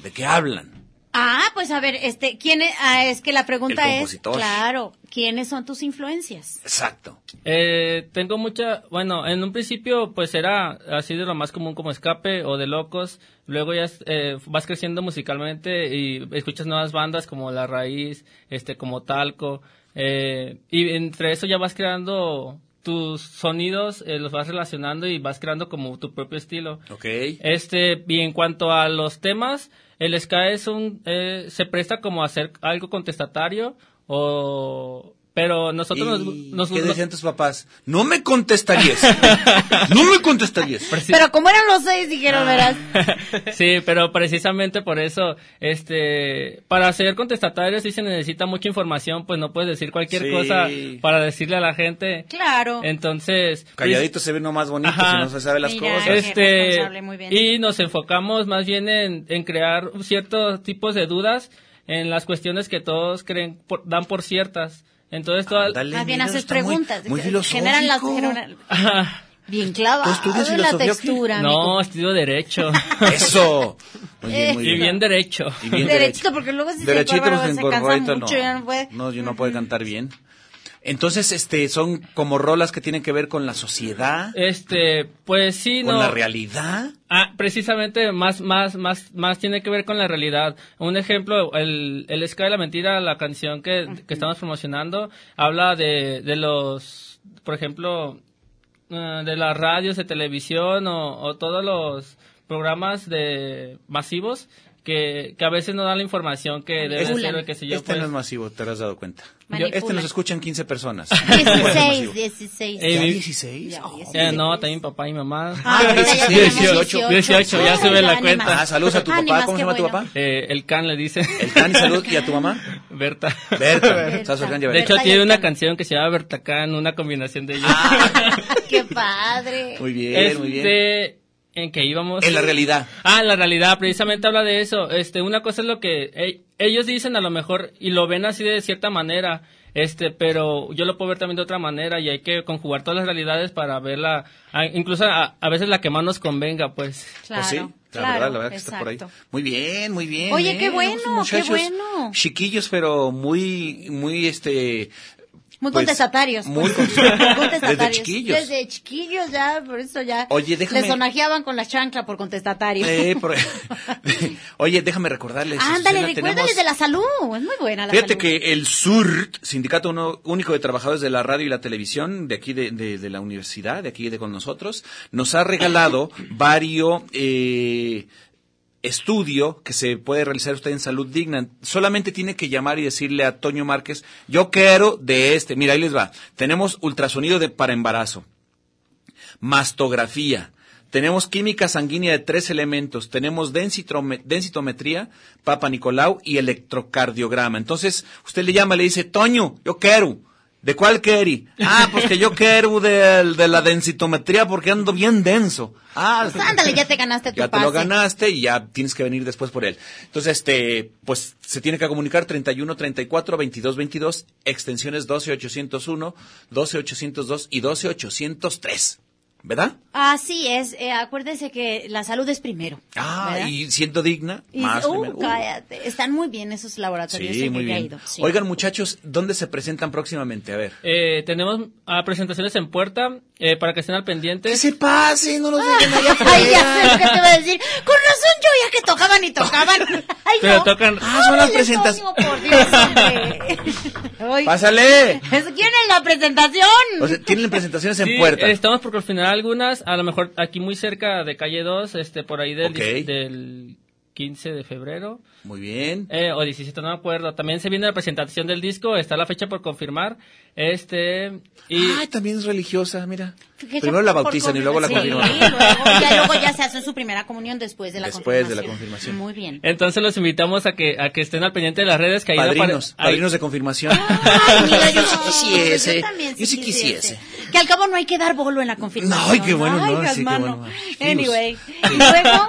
Speaker 4: ¿De qué hablan?
Speaker 3: Ah, pues a ver, este, ¿quién es? Ah, es que la pregunta
Speaker 4: El
Speaker 3: es,
Speaker 4: compositor.
Speaker 3: claro, ¿quiénes son tus influencias?
Speaker 4: Exacto.
Speaker 5: Eh, tengo mucha, bueno, en un principio pues era así de lo más común como escape o de locos, luego ya eh, vas creciendo musicalmente y escuchas nuevas bandas como La Raíz, este como Talco, eh, y entre eso ya vas creando tus sonidos, eh, los vas relacionando y vas creando como tu propio estilo.
Speaker 4: Ok.
Speaker 5: Este, y en cuanto a los temas, el ska es un, eh, se presta como a hacer algo contestatario o... Pero nosotros nos gu-
Speaker 4: ¿Y
Speaker 5: nos,
Speaker 4: ¿Qué
Speaker 5: nos-
Speaker 4: decían tus papás? No me contestarías. no me contestarías.
Speaker 5: Pues,
Speaker 3: Pero como eran los seis, dijeron,
Speaker 5: Ah.
Speaker 3: verás.
Speaker 5: Sí, pero precisamente por eso, este, para ser contestatarios sí se necesita mucha información, pues no puedes decir cualquier
Speaker 4: Sí.
Speaker 5: cosa para decirle a la gente.
Speaker 3: Claro.
Speaker 5: Entonces,
Speaker 4: Calladito se ve uno más bonito
Speaker 5: Ajá.
Speaker 4: si no se sabe las
Speaker 3: Mira,
Speaker 4: cosas.
Speaker 3: qué
Speaker 5: este,
Speaker 3: responsable, muy bien.
Speaker 5: y nos enfocamos más bien en, en crear ciertos tipos de dudas en las cuestiones que todos creen por- dan por ciertas. Entonces, todas
Speaker 3: Más bien haces preguntas.
Speaker 5: muy
Speaker 3: que- generan las, generan- bien clavado en la textura.
Speaker 5: Ah, No, estudio derecho.
Speaker 4: Eso.
Speaker 3: Muy bien, muy
Speaker 5: Y
Speaker 3: bien.
Speaker 5: bien derecho.
Speaker 4: Y bien
Speaker 3: Derechito,
Speaker 4: derecho.
Speaker 3: porque luego si
Speaker 4: Derechito
Speaker 3: se,
Speaker 4: nos
Speaker 3: encorva, se cansa
Speaker 4: encorvadito,
Speaker 3: mucho, ya no puede.
Speaker 4: No, yo no puedo cantar bien. Entonces, este, son como rolas que tienen que ver con la sociedad,
Speaker 5: Este, pues sí,
Speaker 4: con
Speaker 5: no.
Speaker 4: la realidad.
Speaker 5: Ah, precisamente más, más, más, más tiene que ver con la realidad. Un ejemplo, el, el Sky de la Mentira, la canción que, que estamos promocionando, habla de, de los, por ejemplo, eh, de las radios de televisión o, o todos los programas de masivos que, que a veces no dan la información que debe ser o que se yo.
Speaker 4: este
Speaker 5: pues.
Speaker 4: no es masivo, te lo has dado cuenta.
Speaker 5: Manipulan.
Speaker 4: Este nos escuchan 15 personas. Este
Speaker 3: 16, 16.
Speaker 5: Eh, mi-
Speaker 3: Ya,
Speaker 5: Eh, no, también mi papá y mi mamá.
Speaker 3: Ah, ahorita ya
Speaker 5: 18,
Speaker 3: tenemos
Speaker 5: 18,
Speaker 3: 18.
Speaker 5: 18, ya sube
Speaker 3: Ah,
Speaker 5: la
Speaker 3: ni
Speaker 5: cuenta.
Speaker 3: más. Ah, saludos a tu Ah, ni papá, más, ¿cómo qué se llama tu bueno. papá?
Speaker 5: Eh, el Can le dice. El
Speaker 4: Can, y salud, ¿y a tu mamá?
Speaker 5: Berta.
Speaker 4: Berta, Berta. Saludos al Can y a
Speaker 5: De
Speaker 4: Berta.
Speaker 5: hecho, tiene una canción que se llama Berta Can, una combinación de ellos.
Speaker 3: Qué padre.
Speaker 4: Muy bien, Ah, muy bien.
Speaker 5: Este, ¿En que íbamos?
Speaker 4: En la realidad.
Speaker 5: Ah, en la realidad, precisamente habla de eso. Este, una cosa es lo que e- ellos dicen a lo mejor y lo ven así de cierta manera, este, pero yo lo puedo ver también de otra manera y hay que conjugar todas las realidades para verla, a- incluso a, a veces la que más nos convenga, pues.
Speaker 4: Pues sí, la verdad, la verdad que está por ahí. Muy bien, muy bien.
Speaker 3: Oye,
Speaker 4: ¿eh?
Speaker 3: qué bueno,
Speaker 4: Unos
Speaker 3: qué
Speaker 4: muchachos
Speaker 3: bueno.
Speaker 4: Chiquillos, pero muy, muy, este...
Speaker 3: Muy
Speaker 4: pues,
Speaker 3: contestatarios.
Speaker 4: Muy
Speaker 3: contestatarios.
Speaker 4: Desde chiquillos.
Speaker 3: Desde chiquillos ya, por eso ya.
Speaker 4: Oye, déjame-
Speaker 3: Les sonajeaban con la chancla por contestatarios.
Speaker 4: Eh, por- Oye, déjame recordarles.
Speaker 3: Ándale,
Speaker 4: Azucena,
Speaker 3: recuérdales
Speaker 4: tenemos-
Speaker 3: de la salud. Es muy buena la
Speaker 4: Fíjate
Speaker 3: salud.
Speaker 4: que el SURT, Sindicato Uno- Único de Trabajadores de la Radio y la Televisión, de aquí de, de- de la universidad, de aquí de con nosotros, nos ha regalado varios eh, estudio que se puede realizar usted en Salud Digna. Solamente tiene que llamar y decirle a Toño Márquez, yo quiero de este. Mira, ahí les va. Tenemos ultrasonido de, para embarazo, mastografía, tenemos química sanguínea de tres elementos, tenemos densitrome- densitometría, Papa Nicolau y electrocardiograma. Entonces, usted le llama, le dice, Toño, yo quiero. ¿De cuál Kerry? Ah, pues que yo quiero del- de la densitometría porque ando bien denso. Ah,
Speaker 3: Pues ándale, ya te ganaste tu
Speaker 4: ya te
Speaker 3: pase.
Speaker 4: lo ganaste y ya tienes que venir después por él. Entonces, este, pues se tiene que comunicar 31 34 22 22, extensiones 12 801, 12 802 y 12 803. ¿Verdad?
Speaker 3: Así es, eh, acuérdese que la salud es primero.
Speaker 4: Ah,
Speaker 3: ¿verdad?
Speaker 4: y siendo digna,
Speaker 3: Y-
Speaker 4: más
Speaker 3: uh,
Speaker 4: primero. Uh,
Speaker 3: cállate. Están muy bien esos laboratorios en
Speaker 4: Sí,
Speaker 3: que
Speaker 4: muy
Speaker 3: ya he
Speaker 4: bien.
Speaker 3: ido, sí.
Speaker 4: Oigan, muchachos, ¿dónde se presentan próximamente? A ver.
Speaker 5: Eh, tenemos ah, presentaciones en puerta eh, para que estén al pendiente. ¡Que
Speaker 4: se pase! ¡No los
Speaker 5: dejen
Speaker 3: Ay, ya sé lo que te iba a decir. Con razón yo ya que tocaban y tocaban. Ay,
Speaker 5: Pero
Speaker 3: no.
Speaker 5: tocan-
Speaker 4: Ah, son las
Speaker 3: Ay,
Speaker 4: presentas-
Speaker 3: Antonio, por Dios, hombre. Ay.
Speaker 4: ¡Pásale!
Speaker 3: Es- ¿Quién es la presentación?
Speaker 4: O sea, tienen presentaciones en
Speaker 5: Sí,
Speaker 4: puerta.
Speaker 5: eh, Estamos por confirmar algunas, a lo mejor aquí muy cerca de calle 2, este, por ahí del,
Speaker 4: Ok.
Speaker 5: del 15 de febrero.
Speaker 4: Muy bien.
Speaker 5: Eh, o 17, no me acuerdo. También se viene la presentación del disco, está la fecha por confirmar. Este, y...
Speaker 3: Ah,
Speaker 4: Ay, Ah, también es religiosa, mira.
Speaker 3: Fíjate,
Speaker 4: Primero la
Speaker 3: por
Speaker 4: bautizan y luego la
Speaker 3: confirmación.
Speaker 4: confirman.
Speaker 3: Sí, luego, ya, luego ya se hace su primera comunión después de la
Speaker 4: Después de
Speaker 3: confirmación.
Speaker 4: la confirmación.
Speaker 3: Muy bien.
Speaker 5: Entonces los invitamos a que, a que estén al pendiente de las redes que ahí no apare-
Speaker 4: Padrinos,
Speaker 5: ahí-
Speaker 4: padrinos de confirmación.
Speaker 3: Mira, yo sí
Speaker 4: quisiese.
Speaker 3: Yo, también sí
Speaker 4: Yo sí quisiese.
Speaker 3: Que al cabo no hay que dar bolo en la confirmación.
Speaker 4: Ay, qué bueno,
Speaker 3: Ay,
Speaker 4: no, sí, qué
Speaker 3: hermano.
Speaker 4: bueno.
Speaker 3: Anyway. Y luego,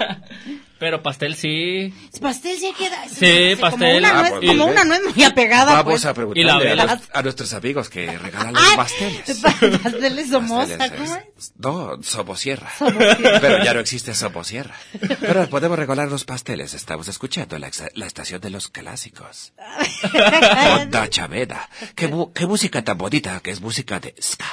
Speaker 5: Pero pastel sí.
Speaker 3: pastel sí queda.
Speaker 5: Sí,
Speaker 3: Como
Speaker 5: pastel.
Speaker 3: una,
Speaker 5: Ah,
Speaker 3: no es,
Speaker 5: pues,
Speaker 3: como
Speaker 5: bien.
Speaker 3: una no es muy apegada.
Speaker 4: Vamos
Speaker 3: pues. Ah,
Speaker 4: a
Speaker 5: Y la
Speaker 4: preguntarle a,
Speaker 5: vela.
Speaker 4: los- a nuestros amigos que regalan
Speaker 3: Ay,
Speaker 4: los pasteles.
Speaker 3: Pasteles somosa,
Speaker 4: Pasteles,
Speaker 3: ¿cómo
Speaker 4: es-
Speaker 3: es?
Speaker 4: No, Sobosierra. Pero ya no existe Sobosierra. Pero podemos regalar los pasteles. Estamos escuchando la, exa- la estación de los clásicos. Onda Chaveda. Qué, bu- qué música tan bonita, que es música de ska.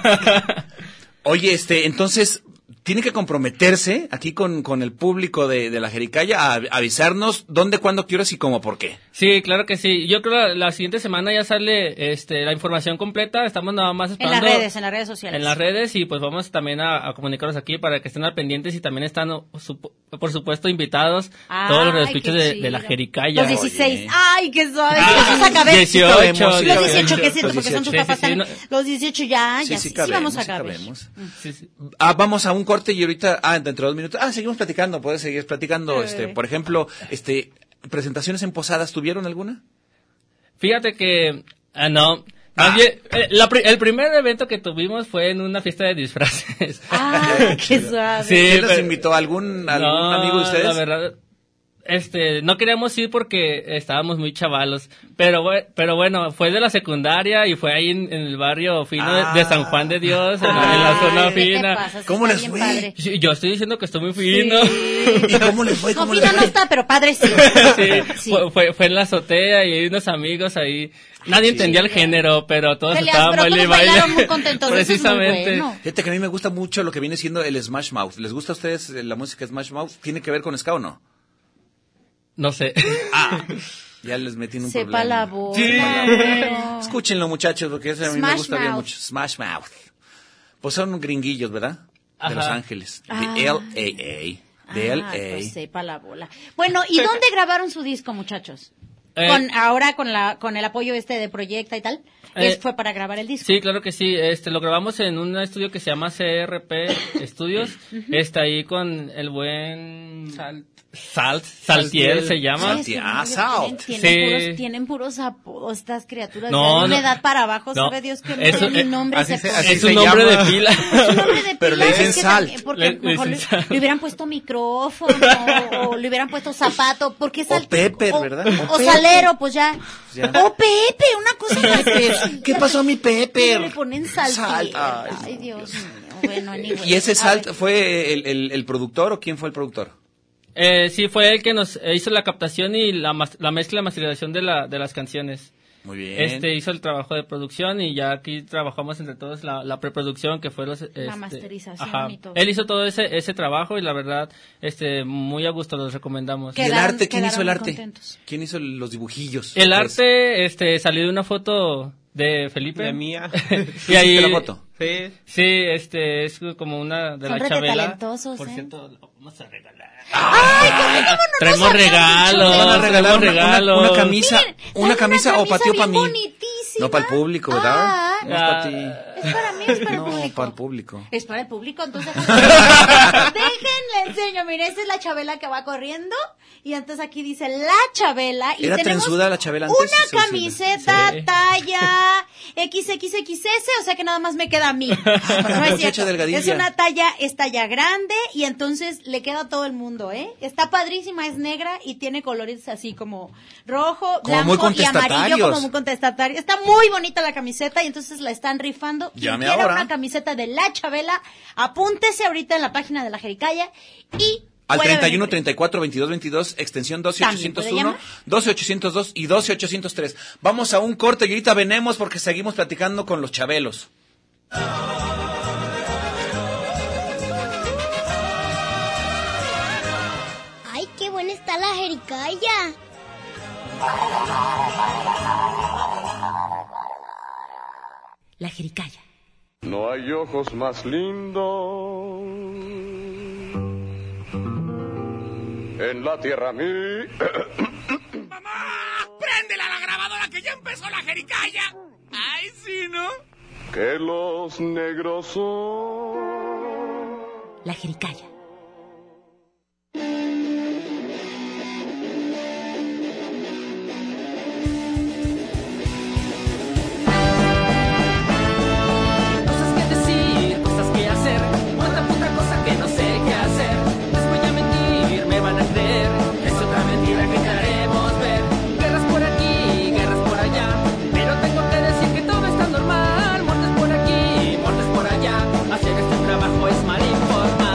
Speaker 4: Oye, este, entonces, tiene que comprometerse aquí con, con el público de, de la Jericaya a avisarnos dónde, cuándo, qué horas y cómo, por qué.
Speaker 5: Sí, claro que sí. Yo creo la, la siguiente semana ya sale este, la información completa. Estamos nada más
Speaker 3: En
Speaker 5: esperando.
Speaker 3: las redes, en las redes sociales.
Speaker 5: en las redes y pues vamos también a, a comunicarnos aquí para que estén al pendientes y también están, o, supo- por supuesto, invitados
Speaker 3: Ay,
Speaker 5: todos los escuchas
Speaker 3: qué
Speaker 5: de, de la
Speaker 3: chido.
Speaker 5: Jericaya.
Speaker 3: Los 16. Ay, qué suave. Yo los acabé.
Speaker 5: 18,
Speaker 3: los 18,
Speaker 5: Ah, los 18,
Speaker 3: que siento, porque son tus
Speaker 5: sí, sí,
Speaker 3: papás
Speaker 5: sí,
Speaker 3: también.
Speaker 5: no-
Speaker 3: Los 18 Ah, ya, ya sí, sí, vamos a
Speaker 4: sí
Speaker 3: caber.
Speaker 4: cabemos.
Speaker 5: Sí, sí.
Speaker 4: Ah, vamos a un corte y ahorita, ah, dentro de dos minutos. Ah, seguimos platicando, puedes seguir platicando.
Speaker 5: Eh.
Speaker 4: Este, por ejemplo, este, presentaciones en posadas, ¿tuvieron alguna?
Speaker 5: Fíjate que... Ah, no. Más bien, eh, la pri- el primer evento que tuvimos fue en una fiesta de disfraces.
Speaker 3: Ah, qué suave.
Speaker 5: Sí,
Speaker 4: ¿Quién los
Speaker 5: pero-
Speaker 4: invitó? ¿Algún, algún
Speaker 5: No,
Speaker 4: amigo de ustedes?
Speaker 5: La verdad, este, no queríamos ir porque estábamos muy chavalos. Pero, bue- pero bueno, fue de la secundaria y fue ahí en, en el barrio fino de- de, San Juan de Dios, en, la- en la zona
Speaker 3: Ay, Ah. ¿qué te
Speaker 5: fina.
Speaker 3: pasa? Eso ¿Cómo está les bien fue? padre.
Speaker 5: Sí, Yo estoy diciendo que estoy muy fino.
Speaker 4: ¿Y cómo les fue?
Speaker 3: No, fina no está, pero padre sí.
Speaker 5: Sí, Fue, fue- fue en la azotea y hay unos amigos ahí. Nadie entendía el género, pero todos
Speaker 3: Peleas,
Speaker 5: estaban
Speaker 3: pero
Speaker 5: baile y
Speaker 3: todos
Speaker 5: baile.
Speaker 3: bailaron muy contentos, eso es muy bueno.
Speaker 4: Fíjate que a mí me gusta mucho lo que viene siendo el Smash Mouth. ¿Les gusta a ustedes eh, la música Smash Mouth? ¿Tiene que ver con ska o no?
Speaker 5: No sé.
Speaker 4: Ah, ya les metí en un
Speaker 3: Sepa
Speaker 4: problema.
Speaker 3: la voz.
Speaker 4: Sí.
Speaker 3: claro.
Speaker 4: Escúchenlo, muchachos, porque ese a mí me
Speaker 3: Smash
Speaker 4: gusta bien
Speaker 3: Mouth.
Speaker 4: mucho. Smash Mouth. Pues son gringuillos, ¿verdad?
Speaker 3: Ajá.
Speaker 4: De Los Ángeles.
Speaker 3: Ah.
Speaker 4: De LAA. De
Speaker 3: Ah,
Speaker 4: LA.
Speaker 3: pues sepa la bola. Bueno, ¿y dónde grabaron su disco, muchachos?
Speaker 5: Eh.
Speaker 3: Con, ahora con la con el apoyo este de Proyecta y tal,
Speaker 5: Eh.
Speaker 3: es- fue para grabar el disco.
Speaker 5: Sí, claro que sí. Este, lo grabamos en un estudio que se llama CRP Studios.
Speaker 3: Ujú.
Speaker 5: Está ahí con el buen Salt, Salt, Saltiel se llama.
Speaker 3: Ay, es que no, ellos Tienen, tienen puros, tienen puros apodos estas criaturas.
Speaker 5: No,
Speaker 3: de una
Speaker 5: no.
Speaker 3: edad para abajo,
Speaker 5: No.
Speaker 3: sabe Dios que no
Speaker 5: Eso,
Speaker 3: tiene
Speaker 5: eh,
Speaker 3: ni nombre
Speaker 5: así
Speaker 3: ese
Speaker 5: se-
Speaker 3: apodo.
Speaker 5: así Es un se nombre llama. de pila.
Speaker 3: Es un nombre de
Speaker 4: Pero le
Speaker 3: pila,
Speaker 4: dicen
Speaker 3: es que
Speaker 4: salt.
Speaker 3: también- Porque
Speaker 5: Le-
Speaker 3: a lo
Speaker 5: le
Speaker 3: mejor
Speaker 5: dicen
Speaker 3: le,
Speaker 5: salt.
Speaker 3: le hubieran puesto micrófono o le hubieran puesto zapato. Porque sal,
Speaker 4: Pepper,
Speaker 3: o-
Speaker 4: ¿verdad?
Speaker 3: O,
Speaker 4: Pepper.
Speaker 3: salero, pues ya.
Speaker 4: Ya.
Speaker 3: O Pepe, una cosa más.
Speaker 4: ¿Qué pasó a mi
Speaker 3: Pero le
Speaker 4: Pepper?
Speaker 3: ponen sal.
Speaker 4: Sal, ay,
Speaker 3: Ay, Dios mío. Bueno, anyway.
Speaker 4: ¿Y ese
Speaker 3: A
Speaker 4: Salt
Speaker 3: ver.
Speaker 4: fue el, el- el productor o quién fue el productor?
Speaker 5: Eh, sí, fue el que nos eh, hizo la captación y la, mas- la mezcla y masterización de, la, de las canciones.
Speaker 4: Muy bien.
Speaker 5: Este hizo el trabajo de producción y ya aquí trabajamos entre todos la, la preproducción que fue los, este,
Speaker 3: masterización y todo.
Speaker 5: Él hizo todo ese, ese trabajo y la verdad, este, muy a gusto los recomendamos.
Speaker 4: ¿Y el arte? ¿Quién
Speaker 3: quedaron
Speaker 4: hizo el
Speaker 3: muy
Speaker 4: arte?
Speaker 3: contentos.
Speaker 4: ¿Quién hizo los dibujillos?
Speaker 5: El
Speaker 4: Pues,
Speaker 5: arte este, salió de una foto de Felipe.
Speaker 14: De mía.
Speaker 5: y ahí,
Speaker 4: ¿Hiciste la foto?
Speaker 5: Sí. Sí, este, es como una de
Speaker 3: Son
Speaker 5: la
Speaker 3: rete
Speaker 5: Chabela.
Speaker 3: talentosos,
Speaker 5: Por
Speaker 3: ¿eh?
Speaker 5: cierto, vamos a regalar.
Speaker 3: nos
Speaker 5: Ah, Traemos
Speaker 3: habían
Speaker 5: regalos,
Speaker 3: dicho?
Speaker 4: Van a regalar
Speaker 5: traemos
Speaker 4: una, una-
Speaker 5: regalos.
Speaker 4: una camisa,
Speaker 3: Miren,
Speaker 4: una camisa o patio para
Speaker 3: bien
Speaker 4: mí.
Speaker 3: bonitísima.
Speaker 4: No para el público, ¿verdad?
Speaker 3: Ah.
Speaker 4: no es para ti.
Speaker 3: Es para mí, es para el
Speaker 4: No,
Speaker 3: público.
Speaker 4: para el público.
Speaker 3: Es para el público, entonces. Déjenle enseño. Mire, esta es la Chabela que va corriendo. Y entonces aquí dice la Chabela. Y
Speaker 4: ¿Era
Speaker 3: tenemos
Speaker 4: trenzuda la Chabela antes?
Speaker 3: Una
Speaker 4: Sí, sí, sí.
Speaker 3: camiseta,
Speaker 4: Sí.
Speaker 3: talla, XXXS, o sea que nada más me queda a mí. No es,
Speaker 4: muchacha
Speaker 3: cierto.
Speaker 4: delgadilla.
Speaker 3: es una talla, es talla grande y entonces le queda a todo el mundo, ¿eh? Está padrísima, es negra y tiene colores así como rojo,
Speaker 4: Como muy
Speaker 3: blanco y amarillo,
Speaker 4: contestatarios.
Speaker 3: como muy contestatario. Está muy bonita la camiseta y entonces la están rifando. Quien
Speaker 4: Llame
Speaker 3: quiera
Speaker 4: ahora.
Speaker 3: una camiseta de la Chabela, apúntese ahorita en la página de la Jericaya y
Speaker 4: Al
Speaker 3: puede
Speaker 4: 31, 34, 22, 22, extensión
Speaker 3: También puede
Speaker 4: 12801,
Speaker 3: llamar.
Speaker 4: 12802 y 12803. Vamos a un corte y ahorita venemos porque seguimos platicando con los chabelos.
Speaker 15: ¡Ay, qué buena está la jericaya!
Speaker 9: La jericaya.
Speaker 11: No hay ojos más lindos en la tierra mí.
Speaker 10: ¡Préndela la grabadora que ya empezó la jericaya! ¡Ay, sí, no!
Speaker 11: que los negros son.
Speaker 9: La jericaya.
Speaker 16: Cosas que decir, cosas que hacer, cuánta puta cosa que no sé qué hacer. Les voy a mentir, me van a creer, es otra mentira que queremos ver. Guerras por aquí, guerras por allá, pero tengo que decir que todo está normal. Muertes por aquí, muertes por allá, hacer este trabajo es mal informar.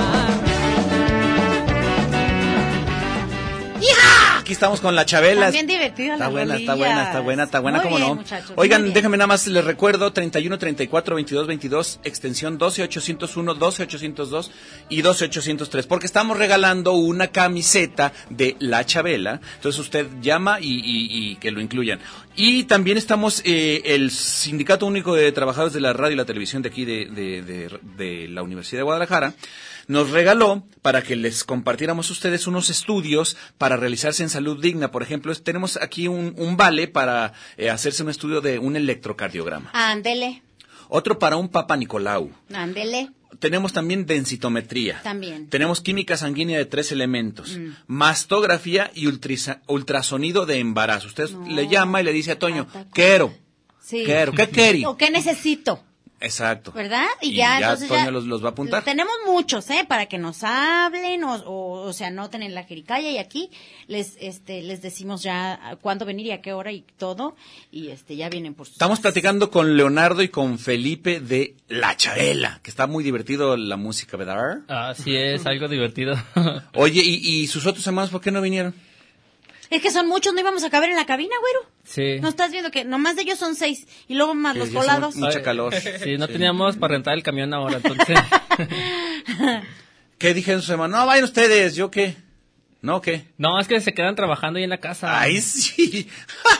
Speaker 4: Aquí estamos con la Chabela.
Speaker 3: También divertida
Speaker 4: Está
Speaker 3: las
Speaker 4: buena, está
Speaker 3: rolillas.
Speaker 4: buena, está buena, está buena,
Speaker 3: Muy
Speaker 4: cómo
Speaker 3: bien,
Speaker 4: no.
Speaker 3: muchachos, muy
Speaker 4: Oigan,
Speaker 3: bien.
Speaker 4: déjenme nada más les recuerdo 31 34 22 22 extensión 12 801 12 802 y 12 803 porque estamos regalando una camiseta de La Chabela. Entonces usted llama y, y- y que lo incluyan. Y también estamos eh, el Sindicato Único de Trabajadores de la Radio y la Televisión de aquí de, de- de- de la Universidad de Guadalajara nos regaló para que les compartiéramos a ustedes unos estudios para realizarse en salud digna. Por ejemplo, es- tenemos aquí un, un vale para eh, hacerse un estudio de un electrocardiograma.
Speaker 3: Ándele,
Speaker 4: Otro para un Papa Nicolau.
Speaker 3: ándele,
Speaker 4: Tenemos también densitometría.
Speaker 3: también.
Speaker 4: Tenemos química sanguínea de tres elementos,
Speaker 3: Mm.
Speaker 4: mastografía y ultrisa- ultrasonido de embarazo. Usted le llama y le dice a Toño, quiero,
Speaker 3: Sí.
Speaker 4: quiero, ¿qué querí?
Speaker 3: ¿O qué necesito?
Speaker 4: Exacto.
Speaker 3: ¿Verdad? Y,
Speaker 4: Y
Speaker 3: ya,
Speaker 4: ya,
Speaker 3: entonces
Speaker 4: Toño
Speaker 3: ya
Speaker 4: los- los va a apuntar.
Speaker 3: Tenemos muchos, ¿eh? Para que nos hablen o, o, o se anoten en la jericaya y aquí les este les decimos ya a cuándo venir y a qué hora y todo y este ya vienen por sus
Speaker 4: Estamos platicando con Leonardo y con Felipe de La Chabela, que está muy divertido la música, ¿verdad?
Speaker 5: Así es, algo divertido.
Speaker 4: Oye, ¿y, y sus otros hermanos por qué no vinieron?
Speaker 3: Es que son muchos, no íbamos a caber en la cabina, güero.
Speaker 5: Sí.
Speaker 3: No estás viendo que nomás de ellos son seis y luego más los
Speaker 5: ya somos
Speaker 3: volados.
Speaker 4: Eh, Mucha calor.
Speaker 5: Sí, no
Speaker 4: Sí.
Speaker 5: teníamos para rentar el camión ahora, entonces.
Speaker 4: ¿Qué dijeron sus hermanos? No, vayan ustedes, ¿yo qué? ¿No qué?
Speaker 5: No, es que se quedan trabajando ahí en la casa.
Speaker 4: Ay, sí.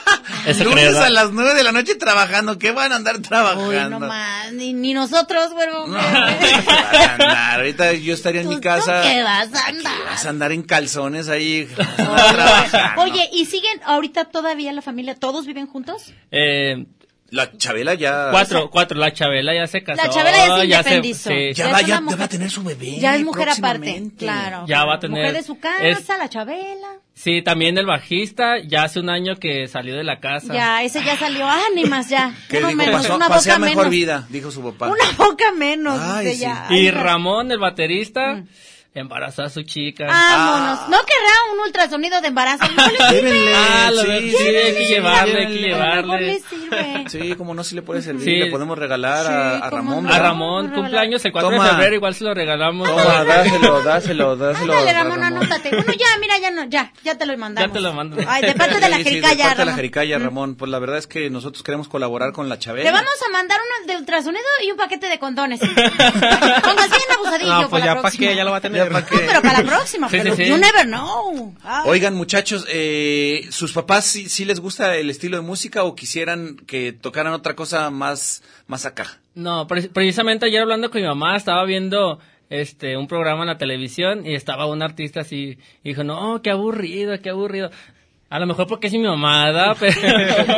Speaker 5: Ah. Eso creo,
Speaker 4: Lunes
Speaker 5: ¿verdad?
Speaker 4: a las nueve de la noche trabajando, ¿qué van a andar trabajando?
Speaker 3: Uy, no más, ni, ni nosotros, güero.
Speaker 4: Para andar, Ahorita yo estaría en mi casa.
Speaker 3: ¿Qué vas a andar?
Speaker 4: Vas a andar en calzones ahí. trabajando.
Speaker 3: Oye, ¿y siguen ahorita todavía la familia? ¿Todos viven juntos?
Speaker 5: Eh,
Speaker 4: la Chabela ya.
Speaker 5: Cuatro, cuatro. La Chabela ya se casó.
Speaker 3: La Chabela ya se
Speaker 5: se-
Speaker 3: independizó.
Speaker 5: sí.
Speaker 3: Ya Ya va- es ya- una ya mujer- va a
Speaker 4: tener su bebé.
Speaker 3: ya es mujer aparte, claro.
Speaker 5: Ya va a tener-
Speaker 3: Mujer de su casa,
Speaker 5: es-
Speaker 3: la Chabela.
Speaker 5: Sí, también el bajista ya hace un año que salió de la casa.
Speaker 3: Ya, ese ya salió. Ánimas ya.
Speaker 4: ¿Qué
Speaker 3: Uno
Speaker 4: dijo?
Speaker 3: menos,
Speaker 4: Pasó,
Speaker 3: una
Speaker 4: pasé a
Speaker 3: boca
Speaker 4: mejor
Speaker 3: menos.
Speaker 4: vida, dijo su papá.
Speaker 3: Una boca menos. dice ya.
Speaker 5: Y
Speaker 3: Ay, Mm. ja-
Speaker 5: Ramón, el baterista, embarazó a su chica.
Speaker 3: Ah, Vámonos. ¿No querrá un ultrasonido de embarazo? No le sirve.
Speaker 4: Llévenle,
Speaker 5: Ah, lo veo, sí, hay que llevarle, hay que
Speaker 4: llévenle.
Speaker 3: No
Speaker 5: llevarle.
Speaker 3: le sirve.
Speaker 4: Sí, como no, si le puede servir,
Speaker 5: Sí.
Speaker 4: le podemos regalar a, a Ramón.
Speaker 5: A
Speaker 4: ¿verdad?
Speaker 5: Ramón, cumpleaños el 4
Speaker 4: Toma.
Speaker 5: de febrero, igual se lo regalamos.
Speaker 4: Toma, dáselo, dáselo, dáselo.
Speaker 3: Dale,
Speaker 4: a
Speaker 3: Ramón, anótate. Uno ya, mira, ya no, ya, ya te lo mandamos.
Speaker 5: Ya te lo mando.
Speaker 3: Ay, de parte de la
Speaker 4: Sí, sí,
Speaker 3: jericaya,
Speaker 4: de parte de la
Speaker 3: Ramón.
Speaker 4: jericaya, Ramón. Pues la verdad es que nosotros queremos colaborar con la Chabela.
Speaker 3: Te vamos a mandar uno de ultrasonido y un paquete de condones. Póngase bien abusadillo
Speaker 4: No, pues ya
Speaker 3: para la
Speaker 4: pa'
Speaker 3: próxima.
Speaker 4: qué, ya lo va a tener. Ya pa' qué.
Speaker 3: Pero para la próxima,
Speaker 4: Sí,
Speaker 3: pero
Speaker 4: sí, sí.
Speaker 3: you never know. Ah.
Speaker 4: Oigan, muchachos, eh, ¿sus papás sí, sí les gusta el estilo de música o quisieran que tocaran otra cosa más, más acá?
Speaker 5: No, pre- precisamente ayer hablando con mi mamá, estaba viendo este un programa en la televisión y estaba un artista así, y dijo, no, qué aburrido, qué aburrido. A lo mejor porque es mi mamá, ¿verdad? Pero,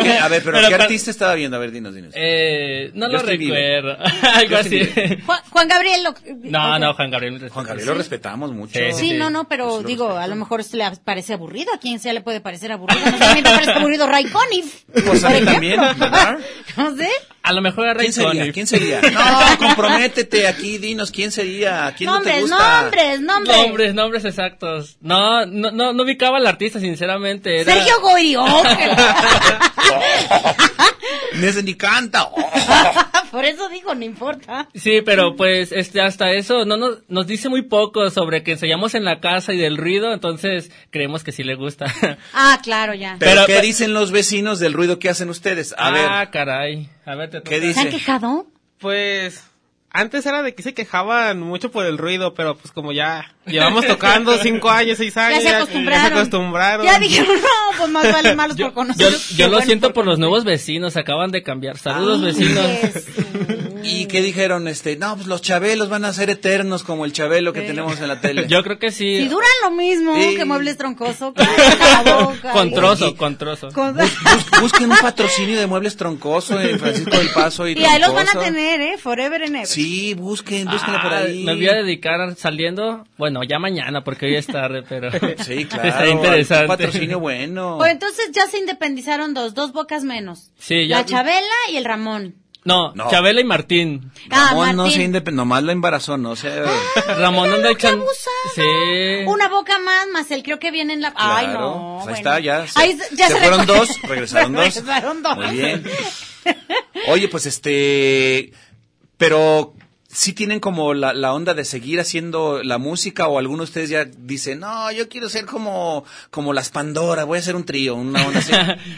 Speaker 4: ¿Qué? A ver, pero, ¿qué
Speaker 5: cuando-
Speaker 4: artista estaba viendo? A ver, dinos, dinos.
Speaker 5: eh, no
Speaker 4: Yo
Speaker 5: lo
Speaker 4: estoy vivo.
Speaker 5: recuerdo. Algo
Speaker 4: Yo
Speaker 5: así.
Speaker 4: estoy
Speaker 3: Juan, Juan Gabriel. Lo,
Speaker 5: No,
Speaker 3: ok.
Speaker 5: no, Juan Gabriel.
Speaker 4: Juan Gabriel lo respetamos mucho.
Speaker 3: Sí, no, no,
Speaker 4: Pues,
Speaker 3: pero digo, a lo mejor se le parece aburrido. A quien sea le puede parecer aburrido. No sé, a mí me parece aburrido Ray Conniff.
Speaker 4: Pues a mí también, ¿verdad?
Speaker 3: No sé.
Speaker 5: a lo mejor era
Speaker 4: ¿Quién sería?
Speaker 5: Iconic.
Speaker 4: ¿Quién sería? No, comprométete aquí, dinos quién sería, quién no te
Speaker 5: Nombres,
Speaker 4: gusta.
Speaker 3: Nombres, nombres.
Speaker 5: Nombres, nombres exactos. No, no, no, no ubicaba al artista, sinceramente. Era...
Speaker 3: Sergio Goyrio.
Speaker 4: Ese ni canta. Oh,
Speaker 3: Por eso digo, no importa.
Speaker 5: Sí, pero pues este hasta eso no nos, nos dice muy poco sobre que ensayamos en la casa y del ruido, entonces creemos que sí le gusta.
Speaker 3: Ah, claro, ya.
Speaker 4: Pero, ¿qué dicen los vecinos del ruido que hacen ustedes? A ver,
Speaker 5: Ah, caray. A ver, te
Speaker 4: ¿qué
Speaker 3: ¿Se han
Speaker 4: dicen?
Speaker 3: quejado?
Speaker 14: Pues antes era de que se quejaban mucho por el ruido, pero pues como ya llevamos tocando cinco años, seis años,
Speaker 3: se
Speaker 14: ya- Ya
Speaker 3: acostumbraron.
Speaker 14: se acostumbraron.
Speaker 3: Ya dijeron, no, pues más vale malos por conocer.
Speaker 5: Yo, yo lo siento por los nuevos vecinos, acaban de cambiar.
Speaker 4: Ah.
Speaker 5: Saludos, vecinos.
Speaker 4: ¿Y qué dijeron? Este, no, pues los chabelos van a ser eternos como el chabelo que tenemos en la tele.
Speaker 5: Yo creo que
Speaker 3: Si
Speaker 5: sí.
Speaker 3: duran lo mismo
Speaker 4: Sí.
Speaker 3: que muebles troncoso, cállate la boca.
Speaker 5: Con trozo,
Speaker 4: Oye.
Speaker 5: con trozo.
Speaker 3: Con-
Speaker 4: Busquen un patrocinio de muebles troncoso en Francisco del Paso y
Speaker 3: Y ahí los van a
Speaker 4: Troncoso.
Speaker 3: tener, ¿eh? Forever and ever.
Speaker 4: Sí, busquen, búsquenlo por
Speaker 5: Ah,
Speaker 4: ahí.
Speaker 5: me voy a dedicar saliendo, bueno, ya mañana porque hoy es tarde, pero
Speaker 4: Sí, claro.
Speaker 5: está
Speaker 4: Un
Speaker 5: interesante.
Speaker 4: patrocinio bueno.
Speaker 3: Pues entonces ya se independizaron dos, dos bocas menos.
Speaker 5: Sí, ya-
Speaker 3: La Chabela y el Ramón.
Speaker 5: No,
Speaker 4: No.
Speaker 5: Chabela y Martín.
Speaker 3: Ah,
Speaker 4: Ramón no
Speaker 3: Martín. Ah.
Speaker 4: se independ- nomás la embarazó, no sé.
Speaker 5: Ramón anda echan- Sí.
Speaker 3: Una boca más, más el creo que viene en la... Ay, no.
Speaker 4: Pues Ahí
Speaker 3: bueno.
Speaker 4: está, ya. Se,
Speaker 3: Ahí se- ya
Speaker 4: se
Speaker 3: se
Speaker 4: fueron
Speaker 3: recu-
Speaker 4: dos, regresaron dos.
Speaker 3: Regresaron dos.
Speaker 4: Muy bien. Oye, pues este. Pero. ¿Sí tienen como la, la onda de seguir haciendo la música o alguno de ustedes ya dicen, no, yo quiero ser como, como las Pandora, voy a hacer un trío, una onda así?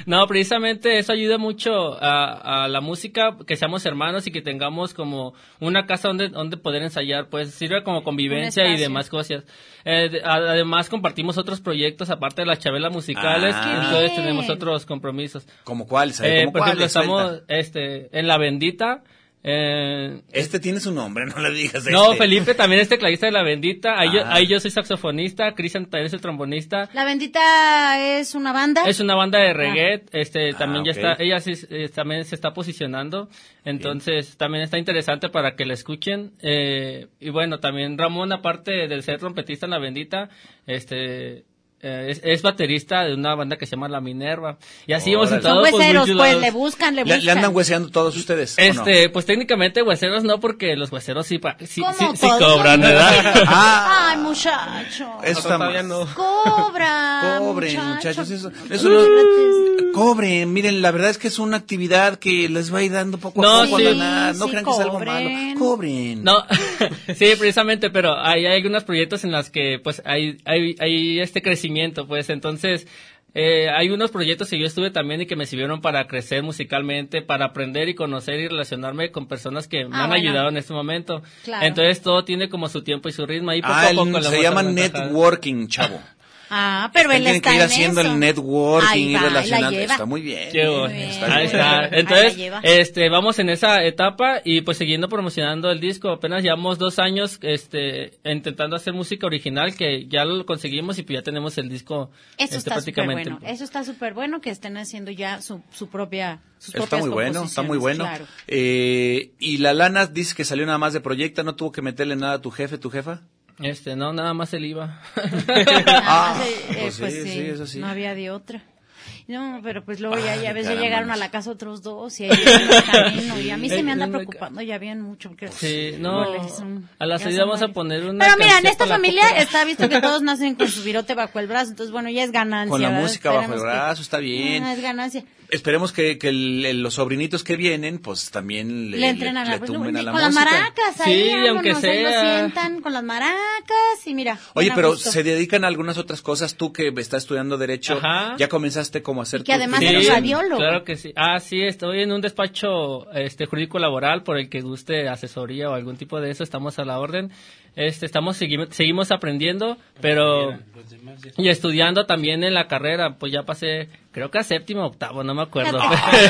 Speaker 5: No, precisamente eso ayuda mucho a, a la música, que seamos hermanos y que tengamos como una casa donde, donde poder ensayar, pues sirve como convivencia
Speaker 3: espacio.
Speaker 5: y demás cosas. Eh, de- a- además compartimos otros proyectos aparte de las chabelas musicales,
Speaker 4: Ah. ¡Qué
Speaker 5: entonces
Speaker 3: bien!
Speaker 5: tenemos otros compromisos.
Speaker 4: ¿Como cuál? ¿Sabe?
Speaker 5: Eh,
Speaker 4: ¿Como
Speaker 5: por
Speaker 4: cuál?
Speaker 5: ejemplo, estamos
Speaker 4: Suelta.
Speaker 5: este, en La Bendita. eh,
Speaker 4: Este tiene su nombre, no le digas
Speaker 5: No,
Speaker 4: este.
Speaker 5: Felipe también es tecladista de La Bendita. Ahí, yo,
Speaker 4: Ah.
Speaker 5: ahí yo soy saxofonista, Cristian también es el trombonista.
Speaker 3: La bendita es una banda.
Speaker 5: Es una banda de reggae, este,
Speaker 4: Ah,
Speaker 5: también
Speaker 4: ok.
Speaker 5: ya está, ella sí, eh, también se está posicionando, entonces también está interesante para que la escuchen, eh, y bueno, también Ramón, aparte del ser trompetista en La Bendita, este, eh, es, es baterista de una banda que se llama La Minerva, y así hemos
Speaker 4: Órale.
Speaker 3: Son
Speaker 5: estado pues,
Speaker 3: hueseros,
Speaker 5: muchos
Speaker 3: pues,
Speaker 5: lados.
Speaker 3: le buscan, le
Speaker 4: ¿Le,
Speaker 3: buscan.
Speaker 4: le andan hueseando todos ustedes? ¿o no?
Speaker 5: Este, pues técnicamente hueseros no, porque los hueseros sí, pa- sí,
Speaker 3: ¿Cómo
Speaker 5: sí, sí
Speaker 3: todos?
Speaker 5: cobran, ¿verdad?
Speaker 4: Ah.
Speaker 3: Ay, muchacho.
Speaker 4: Eso está
Speaker 14: Todavía
Speaker 4: mal.
Speaker 14: no.
Speaker 3: Cobra.
Speaker 4: Cobren,
Speaker 3: muchacho.
Speaker 4: muchachos. Eso, eso no- cobren, miren, la verdad es que es una actividad que les va a ir dando poco a
Speaker 5: No,
Speaker 4: poco
Speaker 5: sí.
Speaker 4: a ganar. No
Speaker 3: Sí,
Speaker 4: crean que es algo malo.
Speaker 3: cobren.
Speaker 4: Cobren.
Speaker 5: No, sí, precisamente, pero hay, hay algunos proyectos en los que pues hay, hay, hay este crecimiento, pues entonces eh, hay unos proyectos que yo estuve también y que me sirvieron para crecer musicalmente, para aprender y conocer y relacionarme con personas que me
Speaker 3: Ah,
Speaker 5: han
Speaker 3: bueno.
Speaker 5: ayudado en este momento.
Speaker 3: Claro.
Speaker 5: Entonces todo tiene como su tiempo y su ritmo. Ahí poco
Speaker 4: Ah,
Speaker 5: a
Speaker 4: el-
Speaker 5: poco la
Speaker 4: se
Speaker 5: hemos
Speaker 4: llama
Speaker 5: aventajado.
Speaker 4: networking, chavo.
Speaker 3: Ah, pero él
Speaker 4: Tienen
Speaker 3: está
Speaker 4: que ir
Speaker 3: en
Speaker 4: haciendo
Speaker 3: eso.
Speaker 4: el networking
Speaker 3: Ahí
Speaker 4: y
Speaker 3: va,
Speaker 4: relacionando.
Speaker 3: la lleva.
Speaker 4: Está muy bien.
Speaker 5: Qué bueno.
Speaker 3: bien.
Speaker 4: Está
Speaker 5: Ahí
Speaker 4: bien.
Speaker 5: está.
Speaker 3: Ahí
Speaker 5: Entonces,
Speaker 3: la lleva.
Speaker 5: este, vamos en esa etapa y pues siguiendo promocionando el disco. Apenas llevamos dos años, este, intentando hacer música original que ya lo conseguimos y pues ya tenemos el disco.
Speaker 3: Eso
Speaker 5: este,
Speaker 3: está súper bueno. Eso está súper bueno que estén haciendo ya su, su propia. Sus
Speaker 4: Está
Speaker 3: propias
Speaker 4: muy bueno, está muy
Speaker 3: composiciones,
Speaker 4: bueno.
Speaker 3: claro.
Speaker 4: Eh, y la lana dice que salió nada más de proyecta, no tuvo que meterle nada a tu jefe, tu jefa.
Speaker 5: Este, no, nada más el IVA.
Speaker 3: Nada más,
Speaker 4: Ah,
Speaker 3: eh, eh,
Speaker 4: pues sí,
Speaker 3: pues
Speaker 4: sí,
Speaker 3: sí,
Speaker 4: eso sí.
Speaker 3: No había de otra. No, pero pues luego ya, ya a veces
Speaker 4: caramba,
Speaker 3: llegaron
Speaker 4: no
Speaker 3: a
Speaker 4: sé.
Speaker 3: la casa otros dos y ahí el camino, y a mí se me anda
Speaker 5: Eh,
Speaker 3: preocupando ya bien mucho. Porque,
Speaker 5: Sí, no.
Speaker 3: híjole, es un-
Speaker 5: A la
Speaker 3: ya
Speaker 5: salida
Speaker 3: son
Speaker 5: vamos a
Speaker 3: varios.
Speaker 5: poner una.
Speaker 3: Pero mira, en
Speaker 5: canción
Speaker 3: esta
Speaker 5: para la
Speaker 3: familia
Speaker 5: copia.
Speaker 3: está visto que todos nacen con su virote bajo el brazo, entonces bueno, ya es ganancia.
Speaker 4: Con la
Speaker 3: ¿verdad?
Speaker 4: música bajo el
Speaker 3: Esperemos que-
Speaker 4: brazo, está bien.
Speaker 3: Ah, es ganancia.
Speaker 4: Esperemos que, que el- los sobrinitos que vienen, pues también le,
Speaker 3: Le, entren a la, pues,
Speaker 4: tumben a la
Speaker 3: con las
Speaker 4: música.
Speaker 3: maracas ahí,
Speaker 5: Sí, aunque
Speaker 3: vámonos, ahí lo
Speaker 5: sea.
Speaker 3: sientan con las maracas y mira.
Speaker 4: Oye,
Speaker 3: bien a
Speaker 4: pero
Speaker 3: gusto.
Speaker 4: se dedican a algunas otras cosas. Tú que estás estudiando Derecho,
Speaker 5: Ajá.
Speaker 4: ya comenzaste como a hacer
Speaker 3: Y que
Speaker 4: tu
Speaker 3: además
Speaker 4: investigación.
Speaker 3: eres radiólogo.
Speaker 5: Claro que sí. Ah, sí, estoy en un despacho este, jurídico laboral por el que guste asesoría o algún tipo de eso. Estamos a la orden. Este, estamos segui- seguimos aprendiendo, pero y estudiando también en la carrera. Pues ya pasé, creo que a séptimo, octavo, no me acuerdo.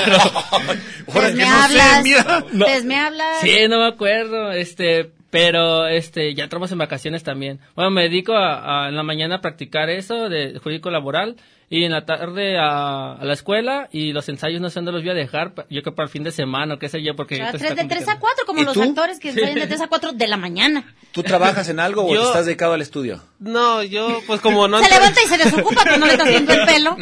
Speaker 5: pero-
Speaker 4: Ahora
Speaker 3: Pues
Speaker 4: que
Speaker 3: me
Speaker 4: no sé,
Speaker 3: hablas,
Speaker 4: mira.
Speaker 5: No.
Speaker 3: pues me hablas.
Speaker 5: sí, no me acuerdo. Este, pero este, ya entramos en vacaciones también. Bueno, me dedico a, a en la mañana a practicar eso de jurídico laboral y en la tarde a, a la escuela y los ensayos no sé dónde los voy a dejar, pa- yo creo para el fin de semana o qué sé yo, porque...
Speaker 3: O sea,
Speaker 5: ahorita se
Speaker 3: tres-
Speaker 5: está
Speaker 3: de 3
Speaker 5: complicando.
Speaker 3: a 4, como
Speaker 5: ¿Y
Speaker 3: los
Speaker 5: tú?
Speaker 3: actores que
Speaker 5: Sí.
Speaker 3: salen de 3 a 4 de la mañana.
Speaker 4: ¿Tú trabajas en algo o
Speaker 14: Yo-
Speaker 4: estás dedicado al estudio?
Speaker 14: No, yo, pues como no
Speaker 3: se
Speaker 14: entré-
Speaker 3: levanta y se desocupa que no le está haciendo el pelo.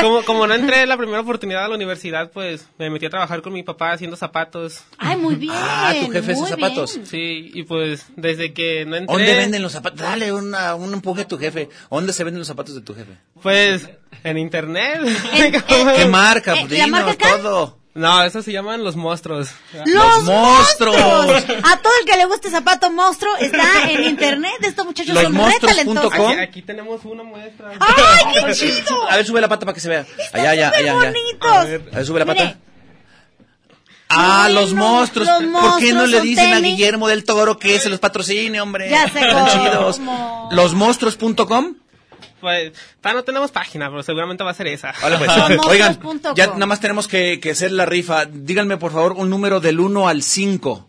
Speaker 14: como, como no entré en la primera oportunidad a la universidad, pues me metí a trabajar con mi papá haciendo zapatos.
Speaker 3: Ay, muy bien. Ah,
Speaker 4: tu jefe hace muy zapatos. bien.
Speaker 14: Sí, y pues desde que no entré.
Speaker 4: ¿Dónde venden los zapatos? Dale una- un empuje a tu jefe. ¿Dónde se venden los zapatos de tu jefe?
Speaker 14: Pues en internet.
Speaker 3: Eh,
Speaker 4: ¿Qué marca? Pues Dinos, todo.
Speaker 14: No, esos se llaman los monstruos.
Speaker 3: ¡Los monstruos! A todo el que le guste zapato monstruo está en internet. Estos muchachos son re talentosos.
Speaker 14: Aquí, aquí tenemos una muestra.
Speaker 3: Ah. ¡Ay, qué chido!
Speaker 4: A ver, sube la pata para que se vea. allá, allá,
Speaker 3: ¡Qué
Speaker 4: allá, allá.
Speaker 3: bonitos!
Speaker 4: A ver, sube la pata. Ah, los monstruos.
Speaker 3: los
Speaker 4: ¿Por qué no
Speaker 3: monstruos
Speaker 4: le
Speaker 3: son
Speaker 4: dicen a
Speaker 3: tenis.
Speaker 4: Guillermo del Toro que se los patrocine, hombre?
Speaker 3: Ya sé
Speaker 4: Están
Speaker 3: cómo.
Speaker 4: chidos. Losmonstruos.com.
Speaker 14: Pues, todavía no tenemos página, pero seguramente va a ser esa.
Speaker 4: Hola, pues. Oigan, ya nada más tenemos que, que hacer la rifa. Díganme, por favor, un número del 1 al 5.